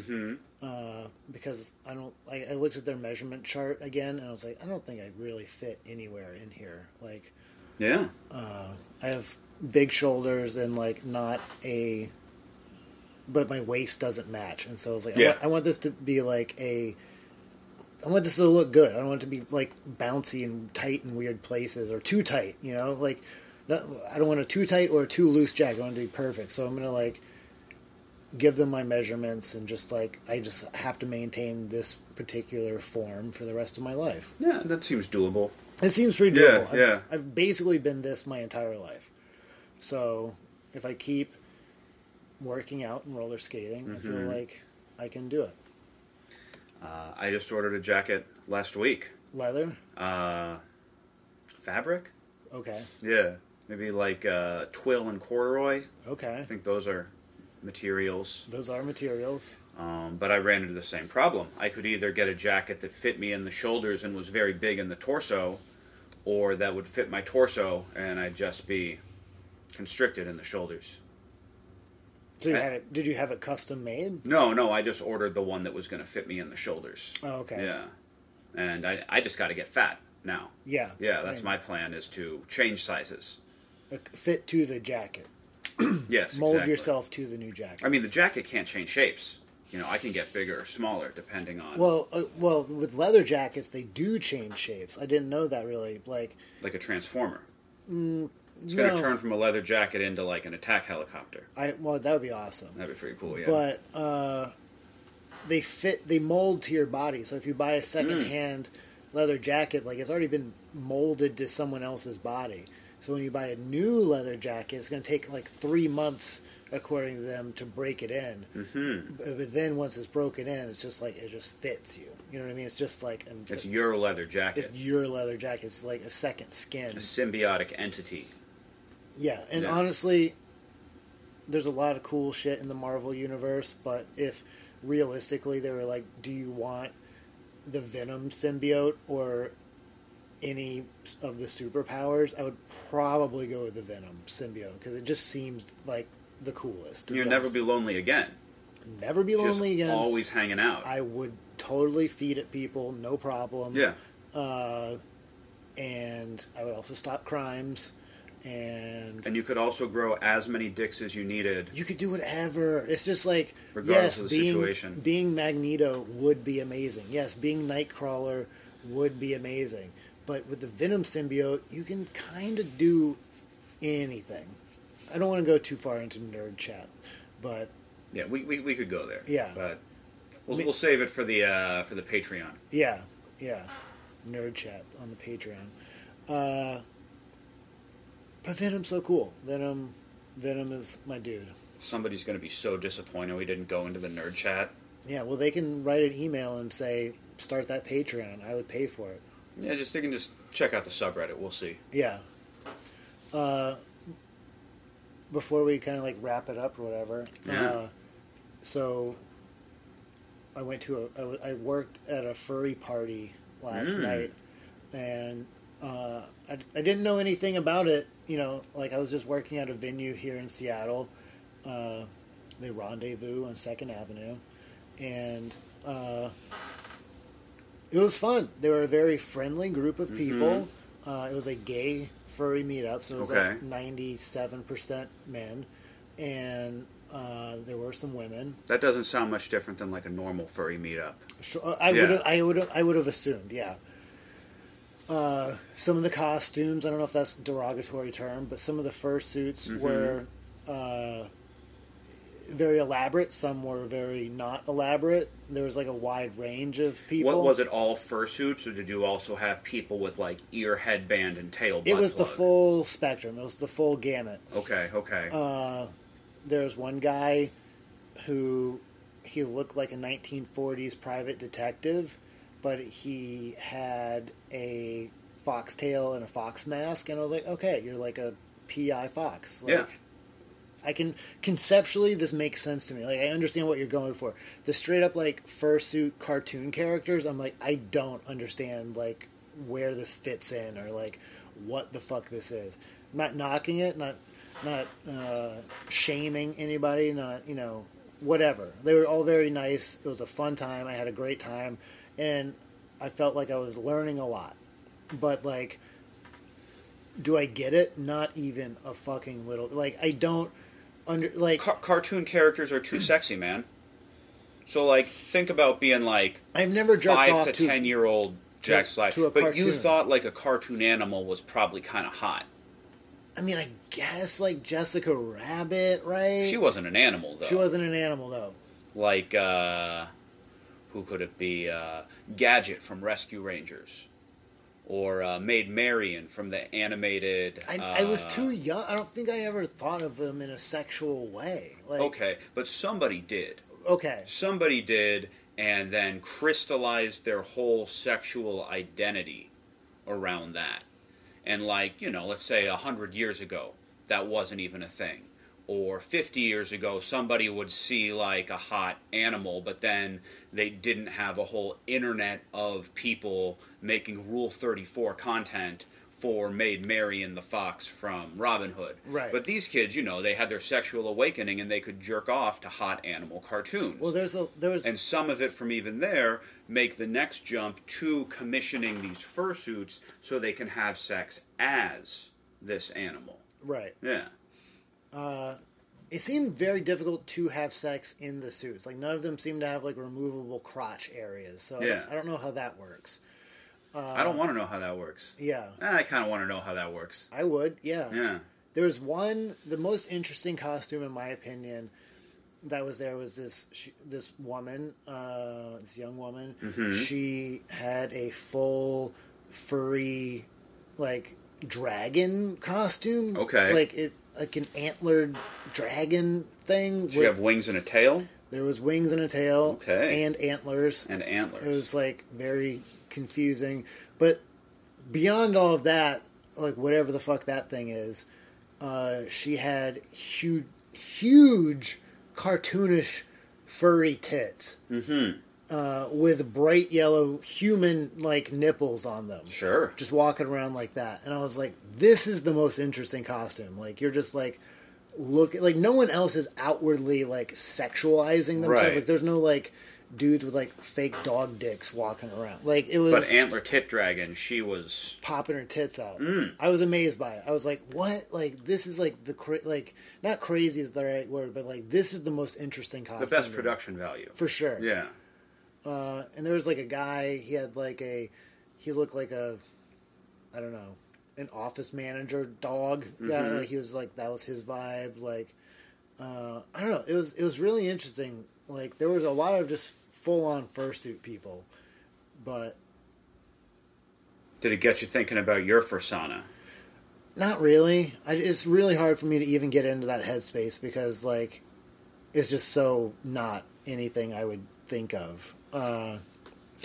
B: Uh, because I don't. I, I looked at their measurement chart again, and I was like, I don't think I really fit anywhere in here. Like,
C: Yeah.
B: I have big shoulders and like not a, but my waist doesn't match, and so I was like, I,
C: Yeah.
B: want, I want this to be like a, I want this to look good. I don't want it to be like bouncy and tight in weird places or too tight. You know, like not, I don't want a too tight or a too loose jacket. I want it to be perfect. So I'm gonna like give them my measurements and just like I just have to maintain this particular form for the rest of my life.
C: yeah, that seems doable.
B: It seems pretty
C: Yeah,
B: doable. I've,
C: yeah.
B: I've basically been this my entire life. So if I keep working out and roller skating, I
C: Mm-hmm.
B: feel like I can do it.
C: Uh, I just ordered a jacket last week.
B: Leather,
C: Uh, fabric?
B: okay,
C: Yeah. Maybe like uh, twill and corduroy.
B: okay.
C: I think those are materials.
B: Those are materials.
C: Um, but I ran into the same problem. I could either get a jacket that fit me in the shoulders and was very big in the torso, or that would fit my torso and I'd just be constricted in the shoulders.
B: So you
C: I-
B: had it? Did you have it custom made?
C: No, no, I just ordered the one that was going to fit me in the shoulders.
B: Oh, okay.
C: Yeah. And I, I just got to get fat now.
B: Yeah.
C: Yeah, that's
B: And
C: my plan is to change sizes.
B: a- uh, Fit to the jacket.
C: Yes.
B: Mold
C: exactly.
B: yourself to the new jacket.
C: I mean, the jacket can't change shapes. You know, I can get bigger or smaller depending on
B: well, uh, well, with leather jackets, they do change shapes. I didn't know that really. Like,
C: like a transformer. It's
B: no,
C: going to turn from a leather jacket into like an attack helicopter.
B: I well, that would be awesome.
C: That'd be pretty cool, yeah.
B: but uh, they fit they mold to your body so if you buy a secondhand hand leather jacket like it's already been molded to someone else's body so when you buy a new leather jacket it's going to take like three months according to them to break it in mm-hmm. but, but then once it's broken in it's just like it just fits you you know what i mean it's just like an,
C: it's your leather jacket,
B: it's your leather jacket it's like a second skin
C: a symbiotic entity.
B: yeah, and
C: Yeah.
B: honestly, there's a lot of cool shit in the Marvel universe, but if realistically they were like, do you want the Venom symbiote or any of the superpowers? I would probably go with the Venom symbiote because it just seems like the coolest. to
C: You'll
B: be
C: never
B: honest.
C: be lonely again.
B: never be
C: Just
B: lonely again.
C: always hanging out.
B: I would totally feed it people, no problem.
C: yeah.
B: Uh, and I would also stop crimes. And
C: And you could also grow as many dicks as you needed.
B: You could do whatever. It's just like
C: Regardless
B: yes,
C: of the
B: being,
C: situation.
B: being Magneto would be amazing. Yes, being Nightcrawler would be amazing. But with the Venom symbiote, you can kind of do anything. I don't want to go too far into nerd chat, but
C: Yeah, we, we, we could go there.
B: Yeah.
C: But we'll,
B: Me-
C: we'll save it for the uh, for the Patreon.
B: yeah, yeah, nerd chat on the Patreon. Uh, but Venom's so cool. Venom, Venom is my dude.
C: Somebody's going to be so disappointed we didn't go into the nerd chat.
B: Yeah, well, they can write an email and say start that Patreon. I would pay for it.
C: Yeah, just they can just check out the subreddit. We'll see.
B: Yeah. Uh, before we kind of like wrap it up or whatever.
C: Yeah.
B: Uh, so I went to a I w- I worked at a furry party last night, and uh, I, I didn't know anything about it. You know, like I was just working at a venue here in Seattle. Uh, they rendezvous on Second Avenue, and uh, it was fun. They were a very friendly group of people. Uh, it was a gay furry meetup, so it was
C: Okay.
B: like ninety-seven percent men, and uh, there were some women.
C: That doesn't sound much different than like a normal furry meetup.
B: Sure, uh, I
C: Yeah.
B: would I would I would have assumed, yeah. uh, some of the costumes. I don't know if that's a derogatory term, but some of the fursuits
C: Mm-hmm.
B: were uh, very elaborate. Some were very not elaborate. There was like a wide range of people.
C: What was it? All fursuits, or did you also have people with like ear headband and tail?
B: It
C: butt
B: was the
C: plug?
B: full spectrum. It was the full gamut.
C: Okay, okay.
B: Uh, There's one guy who he looked like a 1940s private detective, but he had a foxtail and a fox mask, and I was like, okay, you're like a PI fox. Like,
C: yeah,
B: I can conceptually this makes sense to me. Like I understand what you're going for. The straight up like fursuit cartoon characters, I'm like I don't understand like where this fits in or like what the fuck this is. I'm not knocking it, not not uh, shaming anybody, not you know whatever. They were all very nice. It was a fun time. I had a great time, and I felt like I was learning a lot. But like do I get it? Not even a fucking little. Like I don't under like
C: Car- cartoon characters are too sexy, man. So like, think about being like
B: I've never jerked
C: five
B: off
C: to,
B: to
C: ten year old Jack
B: to-
C: Slack,
B: to a
C: but you
B: cartoon.
C: thought like a cartoon animal was probably kind of hot.
B: I mean, I guess like Jessica Rabbit, right?
C: She wasn't an animal though.
B: She wasn't an animal though.
C: like uh, who could it be? Uh, Gadget from Rescue Rangers, or uh, Maid Marian from the animated.
B: I,
C: uh,
B: I was too young. I don't think I ever thought of them in a sexual way. Like
C: okay, but somebody did.
B: okay,
C: Somebody did, and then crystallized their whole sexual identity around that. And like you know, let's say a hundred years ago, that wasn't even a thing. Or 50 years ago, somebody would see like a hot animal, but then they didn't have a whole internet of people making Rule 34 content for Maid Mary and the Fox from Robin Hood.
B: Right.
C: But these kids, you know, they had their sexual awakening and they could jerk off to hot animal cartoons
B: well, there's a there was
C: and some of it from even there make the next jump to commissioning these fursuits so they can have sex as this animal.
B: right.
C: Yeah.
B: It seemed very difficult to have sex in the suits. Like none of them seemed to have like removable crotch areas. So
C: Yeah.
B: I don't know how that works.
C: I
B: Uh,
C: don't want to know how that works.
B: Yeah,
C: I kind of want to know how that works.
B: I would.
C: Yeah.
B: There was one, the most interesting costume, in my opinion, that was there was this sh this woman, uh, this young woman.
C: Mm-hmm.
B: She had a full furry, like dragon costume.
C: Okay.
B: like it, like an antlered dragon thing.
C: Do you have wings and a tail
B: there was wings and a tail.
C: Okay.
B: and antlers.
C: and antlers?
B: It was like very confusing. But beyond all of that, like whatever the fuck that thing is, uh, she had huge, huge, cartoonish, furry tits mm-hmm. uh, with bright yellow human like nipples on them
C: sure.
B: just walking around like that and i was like this is the most interesting costume like you're just like look like no one else is outwardly like sexualizing themselves
C: Right.
B: like there's no like dudes with like fake dog dicks walking around like it was
C: But antler tit dragon, she was
B: popping her tits out
C: Mm.
B: i was amazed by it i was like what like this is like the cra- like not crazy is the right word but like this is the most interesting costume
C: the best production value.
B: for sure
C: Yeah.
B: and there was like a guy he had like a he looked like a i don't know an office manager dog guy like he was like that was his vibe like uh i don't know it was it was really interesting like there was a lot of just full on fursuit people but
C: Did it get you thinking about your fursana?
B: not really I, it's really hard for me to even get into that headspace because like it's just so not anything i would think of uh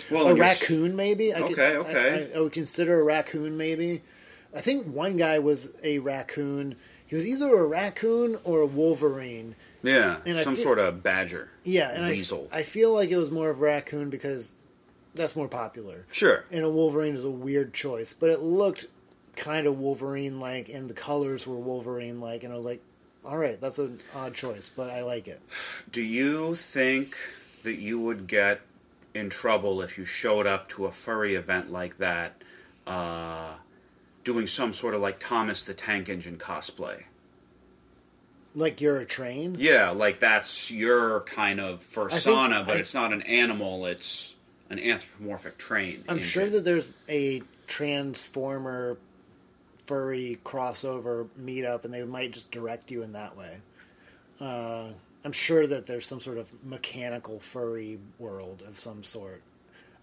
C: Well,
B: a
C: and you're s-
B: raccoon maybe. I could-
C: Okay, okay.
B: I, I, I would consider a raccoon maybe. I think one guy was a raccoon. He was either a raccoon or a wolverine.
C: Yeah.
B: and I
C: some
B: feel-
C: sort of badger.
B: Yeah, and
C: Weasel.
B: I I feel like it was more of a raccoon because that's more popular.
C: sure.
B: And a wolverine is a weird choice, but it looked kind of wolverine like, and the colors were wolverine like, and I was like, all right, that's an odd choice, but I like it.
C: Do you think that you would get in trouble if you showed up to a furry event like that, uh, doing some sort of like Thomas the Tank Engine cosplay?
B: Like you're a train.
C: Yeah, like that's your kind of fursana, but
B: I-
C: it's not an animal; it's an anthropomorphic train.
B: I'm sure
C: engine.
B: that there's a transformer furry crossover meetup, and they might just direct you in that way. Uh, I'm sure that there's some sort of mechanical furry world of some sort.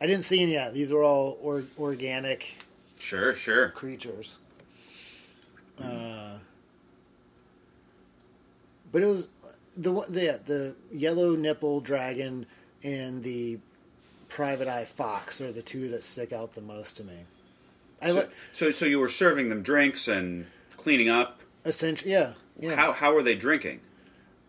B: I didn't see any yet. These were all or- organic
C: Sure, sure.
B: creatures. Uh, but it was the one- the the yellow nipple dragon and the private eye fox are the two that stick out the most to me. I
C: So,
B: like
C: so, so you were serving them drinks and cleaning up.
B: essentially yeah yeah.
C: How how were they drinking?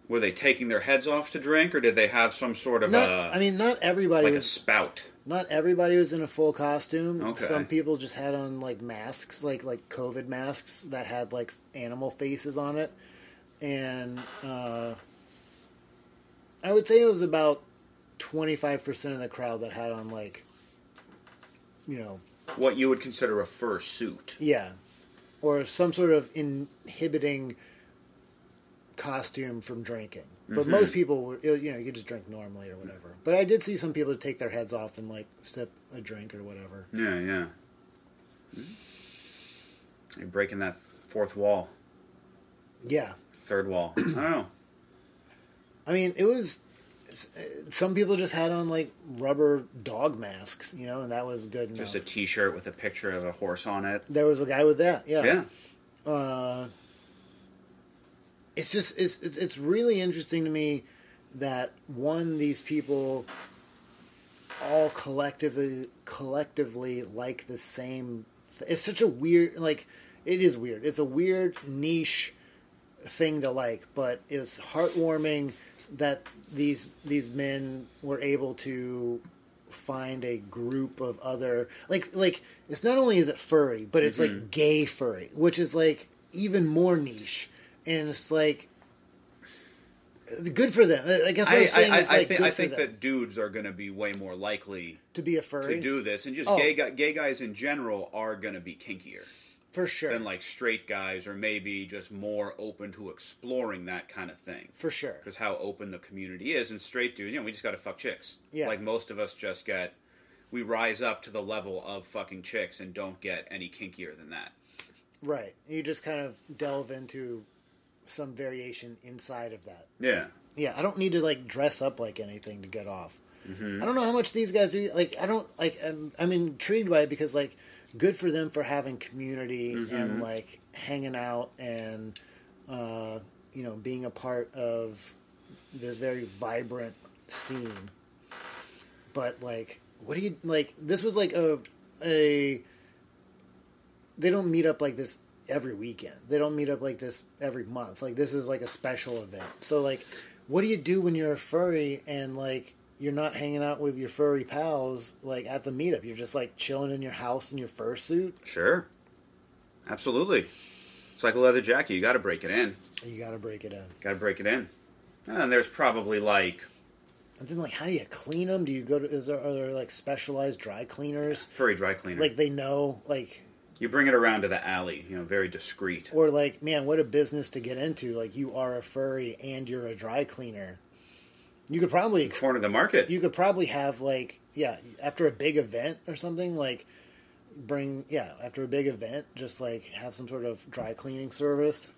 C: Were they taking their heads off to drink, or did they have some sort of
B: not,
C: a
B: I mean, not everybody
C: uh, like a
B: was
C: spout?
B: not everybody was in a full costume.
C: Okay.
B: Some people just had on like masks, like like COVID masks that had like animal faces on it, and uh, I would say it was about twenty five percent of the crowd that had on like, you know,
C: What you would consider a fur suit?
B: yeah, or some sort of inhibiting costume from drinking. But most people were, you know, you could just drink normally or whatever. But I did see some people take their heads off and like sip a drink or whatever.
C: Yeah, yeah. Hmm? You're breaking that fourth wall,
B: Yeah,
C: third wall. I don't know.
B: I mean, it was. Some people just had on like rubber dog masks, you know, and that was good enough.
C: Just a T-shirt with a picture of a horse on it.
B: there was a guy with that, yeah.
C: Yeah.
B: Uh, it's just it's, it's it's really interesting to me that one these people all collectively collectively like the same. Th- it's such a weird like it is weird. It's a weird niche thing to like, but it's heartwarming that these these men were able to find a group of other like like it's not only is it furry, but it's
C: Mm-hmm.
B: like gay furry, which is like even more niche, and it's like good for them. I guess what I,
C: I,
B: am
C: I,
B: saying
C: I,
B: is like
C: I think,
B: good
C: I
B: for
C: think
B: them
C: that dudes are going to be way more likely
B: to be a furry
C: to do this, and just
B: Oh.
C: gay gay gu- gay guys in general are going to be kinkier
B: for sure.
C: than like straight guys, or maybe just more open to exploring that kind of thing.
B: for sure.
C: Because how open the community is, and straight dudes, you know, we just got to fuck chicks.
B: Yeah.
C: Like most of us just get, we rise up to the level of fucking chicks and don't get any kinkier than that.
B: Right. You just kind of delve into some variation inside of that.
C: Yeah.
B: Yeah, I don't need to like dress up like anything to get off. I don't know how much these guys do. Like, I don't like. I'm, I'm intrigued by it because like, good for them for having community and like hanging out and uh, you know being a part of this very vibrant scene. But like, what do you like? This was like a a. They don't meet up like this every weekend. They don't meet up like this every month. Like this was like a special event. So like, what do you do when you're a furry and like you're not hanging out with your furry pals like at the meetup? You're just like chilling in your house in your fursuit.
C: Sure. Absolutely. It's like a leather jacket. You got to break it in.
B: You got to break it in.
C: Got to break it in. And there's probably like
B: And then like, how do you clean them? Do you go to? Is there are there like specialized dry cleaners?
C: furry dry cleaner.
B: Like they know like
C: you bring it around to the alley. You know, very discreet.
B: or like man what a business to get into like you are a furry and you're a dry cleaner you could probably
C: Corner of the market.
B: you could probably have like yeah after a big event or something like bring yeah after a big event just like have some sort of dry cleaning service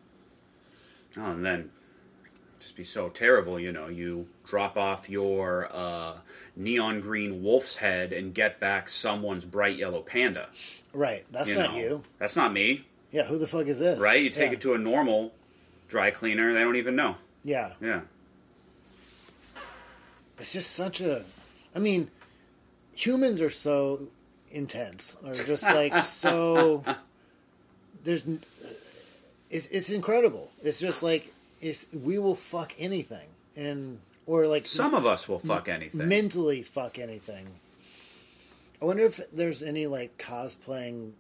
C: Oh, and then just be so terrible, you know. You drop off your uh, neon green wolf's head and get back someone's bright yellow panda.
B: right that's
C: you
B: not
C: know?
B: you
C: That's not me,
B: yeah who the fuck is this
C: right? You take
B: yeah.
C: it to a normal dry cleaner, they don't even know.
B: yeah
C: Yeah.
B: it's just such a i mean humans are so intense or just like so there's n- it's, it's incredible it's just like it's we will fuck anything and or like
C: Some of us will fuck anything.
B: mentally fuck anything i wonder if there's any like cosplaying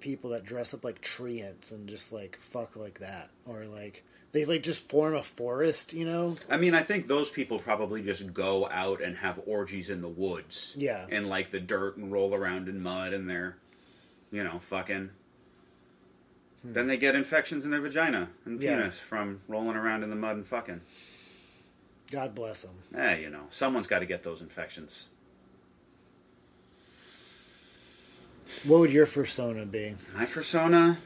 B: people that dress up like tree ants and just like fuck like that or like they like just form a forest you know
C: I mean, I think those people probably just go out and have orgies in the woods.
B: Yeah.
C: In like the dirt and roll around in mud and they're, you know, fucking. Then they get infections in their vagina and
B: Hmm. Yeah.
C: penis from rolling around in the mud and fucking.
B: god bless them
C: Eh, you know, someone's got to get those infections.
B: What would your persona be?
C: My persona.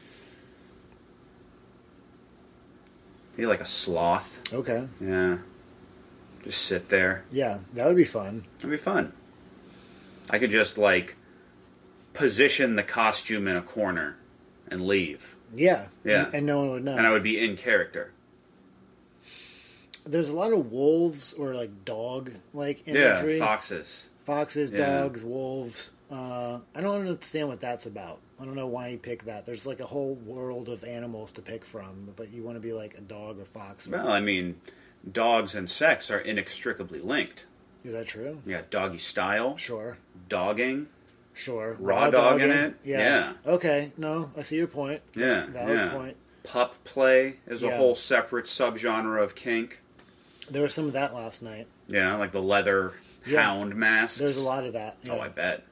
C: Be like a sloth.
B: Okay.
C: Yeah. Just sit there.
B: Yeah, that would be fun.
C: That'd be fun. I could just like position the costume in a corner and leave.
B: Yeah.
C: Yeah.
B: And, and no one would know.
C: And I would be in character.
B: There's a lot of wolves or like dog like
C: Yeah.
B: imagery.
C: Foxes.
B: Foxes,
C: Yeah.
B: dogs, wolves. Uh, I don't understand what that's about. I don't know why you pick that. There's like a whole world of animals to pick from, but you want to be like a dog or fox.
C: Well, I mean, dogs and sex are inextricably linked.
B: Is that true?
C: You got doggy style,
B: Sure.
C: dogging.
B: Sure.
C: Raw dog in
B: dogging?
C: it?
B: Yeah. Okay. No, I see your point.
C: Yeah.
B: Valid
C: yeah.
B: point.
C: Pup play is a
B: Yeah.
C: whole separate subgenre of kink.
B: There was some of that last night.
C: Yeah, like the leather
B: Yeah.
C: hound masks.
B: There's a lot of that. Yeah.
C: Oh, I bet.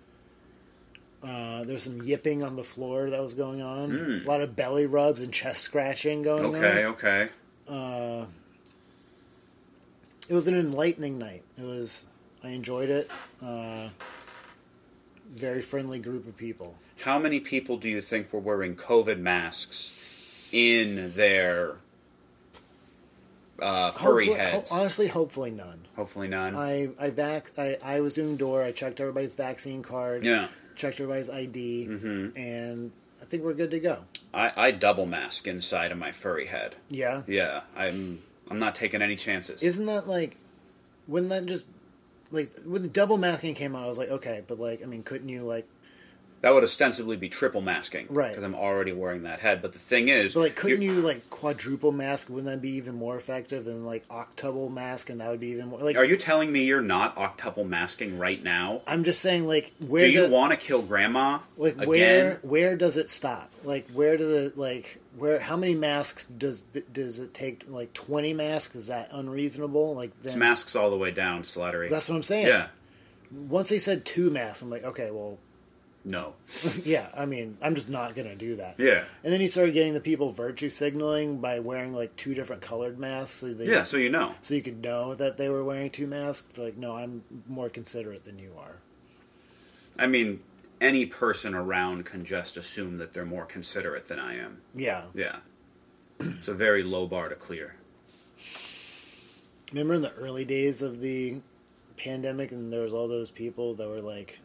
B: Uh, there's some yipping on the floor that was going on. A lot of belly rubs and chest scratching going on.
C: Hmm. Okay, okay.
B: It was an enlightening night. It was. I enjoyed it. Uh, very friendly group of people.
C: How many people do you think were wearing COVID masks in their uh, furry
B: Hopefully-
C: heads?
B: ho- uh, honestly, hopefully none.
C: Hopefully none.
B: I I vac I, I was doing door. I checked everybody's vaccine card.
C: yeah. Mm-hmm.
B: Checked everybody's ID, and I think we're good to go.
C: I, I double mask inside of my furry head.
B: Yeah.
C: Yeah, I'm I'm not taking any chances.
B: Isn't that like? Wouldn't that just like when the double masking came out? I was like, okay, but like, I mean, couldn't you like?
C: that would ostensibly be triple masking,
B: Right.
C: Because I'm already wearing that head. But the thing is,
B: But like, couldn't
C: you're-
B: you like quadruple mask? Wouldn't that be even more effective than like octuple mask? And that would be even more like.
C: Are you telling me you're not octuple masking right now?
B: I'm just saying, like, where
C: Do you
B: the-
C: want to kill Grandma
B: like
C: again?
B: where where does it stop? Like, where does it like where? How many masks does does it take? Like twenty masks? Is that unreasonable? Like,
C: It's
B: then,
C: masks all the way down, slattery.
B: that's what I'm saying.
C: yeah.
B: Once they said two masks, I'm like, okay, well,
C: No.
B: yeah. I mean, I'm just not gonna do that.
C: Yeah.
B: And then you started getting the people virtue signaling by wearing like two different colored masks, so they
C: Yeah. So you know.
B: so you could know that they were wearing two masks. Like, no, I'm more considerate than you are.
C: I mean, any person around can just assume that they're more considerate than I am.
B: Yeah.
C: Yeah. It's a very low bar to clear.
B: Remember in the early days of the pandemic, and there was all those people that were like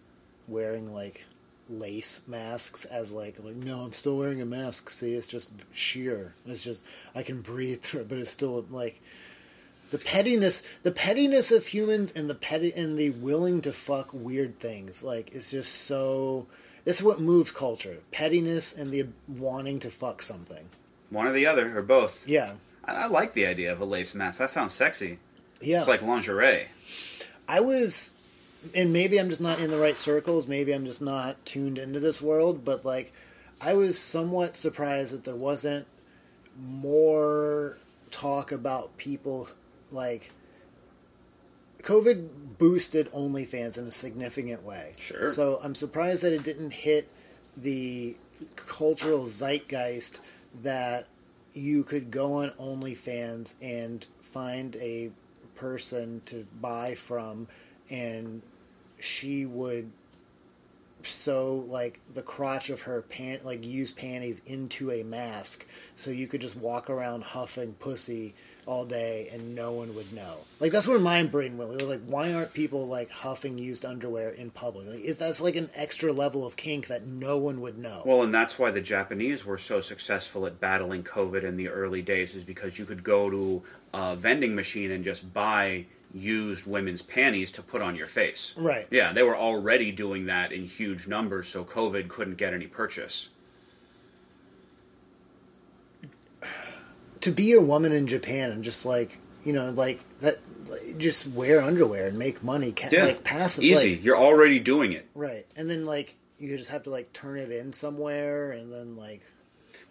B: wearing like lace masks as like, like no, I'm still wearing a mask. See, it's just sheer. It's just I can breathe through it, but it's still like the pettiness, the pettiness of humans, and the petty and the willing to fuck weird things. Like it's just so. This is what moves culture: pettiness and the wanting to fuck something.
C: One or the other, or both.
B: Yeah,
C: I, I like the idea of a lace mask. That sounds sexy.
B: yeah.
C: It's like lingerie.
B: I was, and maybe I'm just not in the right circles. Maybe I'm just not tuned into this world. But like, I was somewhat surprised that there wasn't more talk about people like COVID boosted OnlyFans in a significant way.
C: Sure.
B: So I'm surprised that it didn't hit the cultural zeitgeist that you could go on OnlyFans and find a person to buy from, and she would sew like the crotch of her pant like used panties into a mask so you could just walk around huffing pussy all day and no one would know like that's where my brain went It was like why aren't people like huffing used underwear in public like is that's like an extra level of kink that no one would know
C: Well, and that's why the Japanese were so successful at battling COVID in the early days, is because you could go to a vending machine and just buy used women's panties to put on your face.
B: Right.
C: Yeah, they were already doing that in huge numbers, so COVID couldn't get any purchase.
B: to be a woman in Japan and just like you know like that like, just wear underwear and make money ca- like passive like-
C: Easy. You're already doing it.
B: right and then like you just have to like turn it in somewhere and then like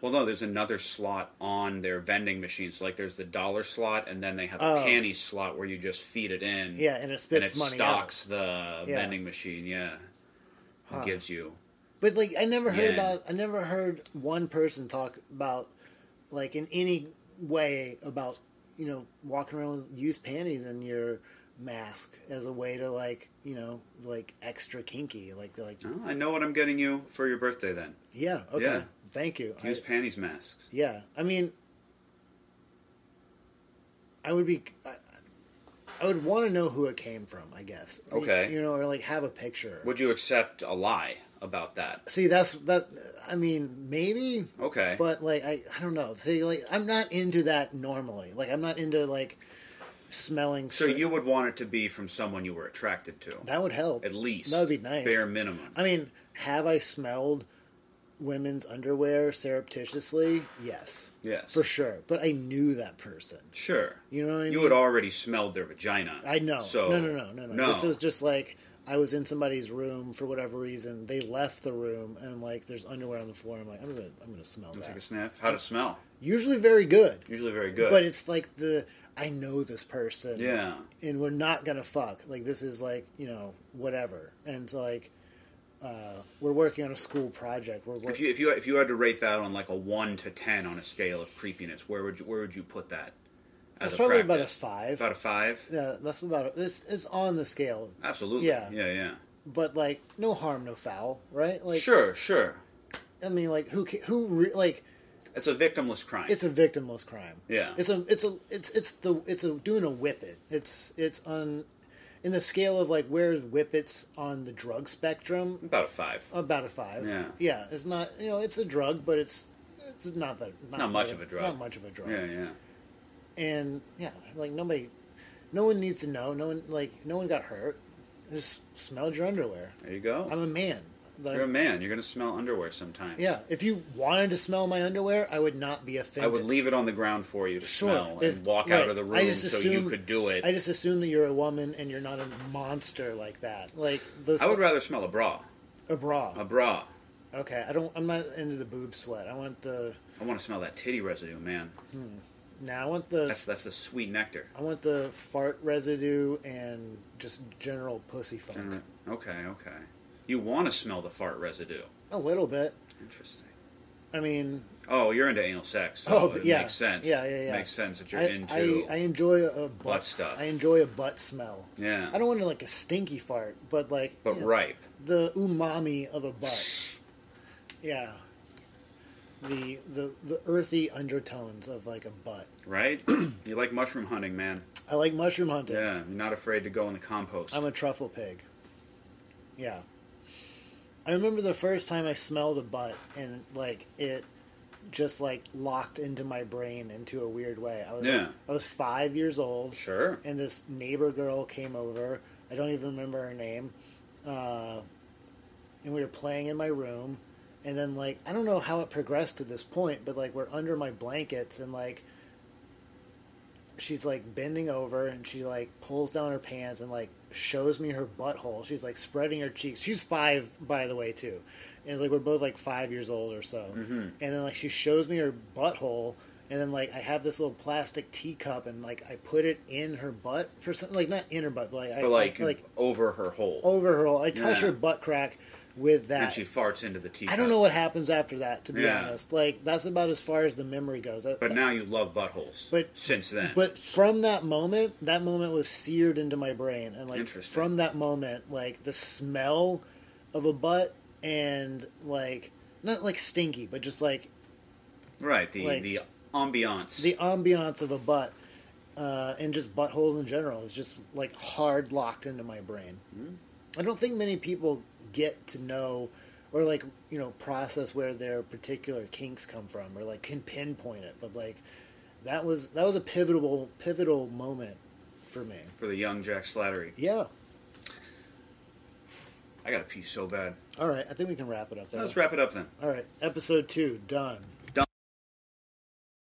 C: Well, no, there's another slot on their vending machines. like, there's the dollar slot, and then they have a
B: Oh.
C: panty slot where you just feed it in.
B: Yeah, and it spits
C: and it
B: money out.
C: stocks the
B: Yeah.
C: vending machine. Yeah, it gives you.
B: But like, I never heard
C: Yeah.
B: about. I never heard one person talk about, like, in any way about you know walking around with used panties in your mask as a way to like you know like extra kinky like like
C: Oh, I know what I'm getting you for your birthday then.
B: yeah okay
C: Yeah.
B: thank you I-
C: Use panties masks.
B: yeah I mean I would be I, I would want to know who it came from I guess You-
C: Okay.
B: you, know or like have a picture
C: Would you accept a lie about that?
B: see that's that I mean maybe
C: Okay.
B: But like I, I don't know. See, like I'm not into that normally. Like I'm not into like smelling.
C: so
B: cer-
C: you would want it to be from someone you were attracted to.
B: that would help
C: at least.
B: That would be nice.
C: Bare minimum.
B: I mean, have I smelled women's underwear surreptitiously? Yes,
C: yes.
B: for sure. But I knew that person.
C: Sure.
B: You know what I
C: You
B: mean?
C: had already smelled their vagina.
B: I know.
C: So
B: no, no, no, no, no.
C: No.
B: This was just like I was in somebody's room for whatever reason. They left the room and like there's underwear on the floor. I'm like, I'm gonna, I'm gonna smell
C: Take a
B: that.
C: sniff. How to smell?
B: Usually very good.
C: Usually very good.
B: But it's like the I know this person.
C: yeah.
B: and we're not gonna fuck. Like this is like you know whatever, and it's like uh, we're working on a school project. We're
C: If
B: working.
C: you if you if you had to rate that on like a one to ten on a scale of creepiness, where would you where would you put that? as
B: that's probably about a
C: practice?
B: five.
C: About a five.
B: yeah, that's about a, this is on the scale,
C: Absolutely.
B: Yeah.
C: Yeah. Yeah.
B: but like no harm, no foul, right? Like
C: sure. Sure.
B: I mean, like who ca- who re- like
C: It's a victimless crime.
B: it's a victimless crime.
C: Yeah.
B: it's a it's a it's it's the it's a doing a whippet. It's it's on in the scale of like where's whippets on the drug spectrum.
C: about a five.
B: About a five.
C: Yeah.
B: Yeah. It's not you know, it's a drug, but it's it's not that not,
C: Not much
B: really-
C: of a drug.
B: Not much of a drug.
C: yeah. Yeah.
B: And yeah, like nobody no one needs to know. No one like no one got hurt. Just smelled your underwear.
C: There you go.
B: I'm a man. Like,
C: You're a man. You're gonna smell underwear sometimes.
B: yeah. If you wanted to smell my underwear, I would not be offended.
C: I would leave it on the ground for you to
B: Sure,
C: smell
B: if-
C: and walk
B: right.
C: out of the
B: I
C: room
B: just
C: so you
B: assume-
C: could do it.
B: I just assume that you're a woman and you're not a monster like that. Like those
C: I would rather smell a bra.
B: a bra.
C: A bra.
B: okay. I don't I'm not into the boob sweat. I want the
C: I want to smell that titty residue, man.
B: now I want the
C: That's that's the sweet nectar.
B: I want the fart residue and just general pussy funk.
C: Alright. Okay, okay. You want to smell the fart residue.
B: A little bit.
C: Interesting.
B: I mean,
C: Oh, you're into anal sex. So
B: oh,
C: it
B: but yeah,
C: makes sense.
B: Yeah, yeah, yeah.
C: Makes sense that you're
B: I,
C: into.
B: I, I enjoy a butt,
C: stuff.
B: I enjoy a butt smell.
C: Yeah.
B: I don't want to like a stinky fart, but like.
C: but
B: you know,
C: ripe.
B: The umami of a butt. yeah. The the the earthy undertones of like a butt.
C: Right? you like mushroom hunting, man.
B: I like mushroom hunting.
C: Yeah, you're not afraid to go in the compost.
B: I'm a truffle pig. Yeah. I remember the first time I smelled a butt and like it just like locked into my brain into a weird way. I was
C: Yeah.
B: I was 5 years old
C: sure.
B: and this neighbor girl came over. I don't even remember her name. Uh, and we were playing in my room. And then, like, I don't know how it progressed to this point, but like, we're under my blankets and like, she's like bending over and she like pulls down her pants and like shows me her butthole. She's like spreading her cheeks. She's five, by the way, too. And like, we're both like five years old or so.
C: Mm-hmm.
B: And then, like, she shows me her butthole. And then, like, I have this little plastic teacup, and like, I put it in her butt for something, like, not in her butt, but like, I
C: But like,
B: like, Oh, like
C: over her hole.
B: over her. I touch
C: Yeah.
B: her butt crack with that.
C: and she farts into the tea.
B: I don't know what happens after that, to be
C: Yeah.
B: honest. Like that's about as far as the memory goes. That-
C: But
B: that-
C: now you love buttholes.
B: But-
C: since then,
B: but from that moment, that moment was seared into my brain, and like
C: Interesting.
B: from that moment, like the smell of a butt and like not like stinky, but just like
C: right the
B: like-
C: the ambiance.
B: the ambiance of a butt. Uh, and just buttholes in general is just like hard locked into my brain. I don't think many people get to know or like you know process where their particular kinks come from or like can pinpoint it. But like that was that was a pivotal pivotal moment for me.
C: for the young Jack Slattery.
B: Yeah.
C: I gotta pee so bad.
B: All right. I think we can wrap it up there.
C: Let's wrap it up then.
B: All right. Episode two done.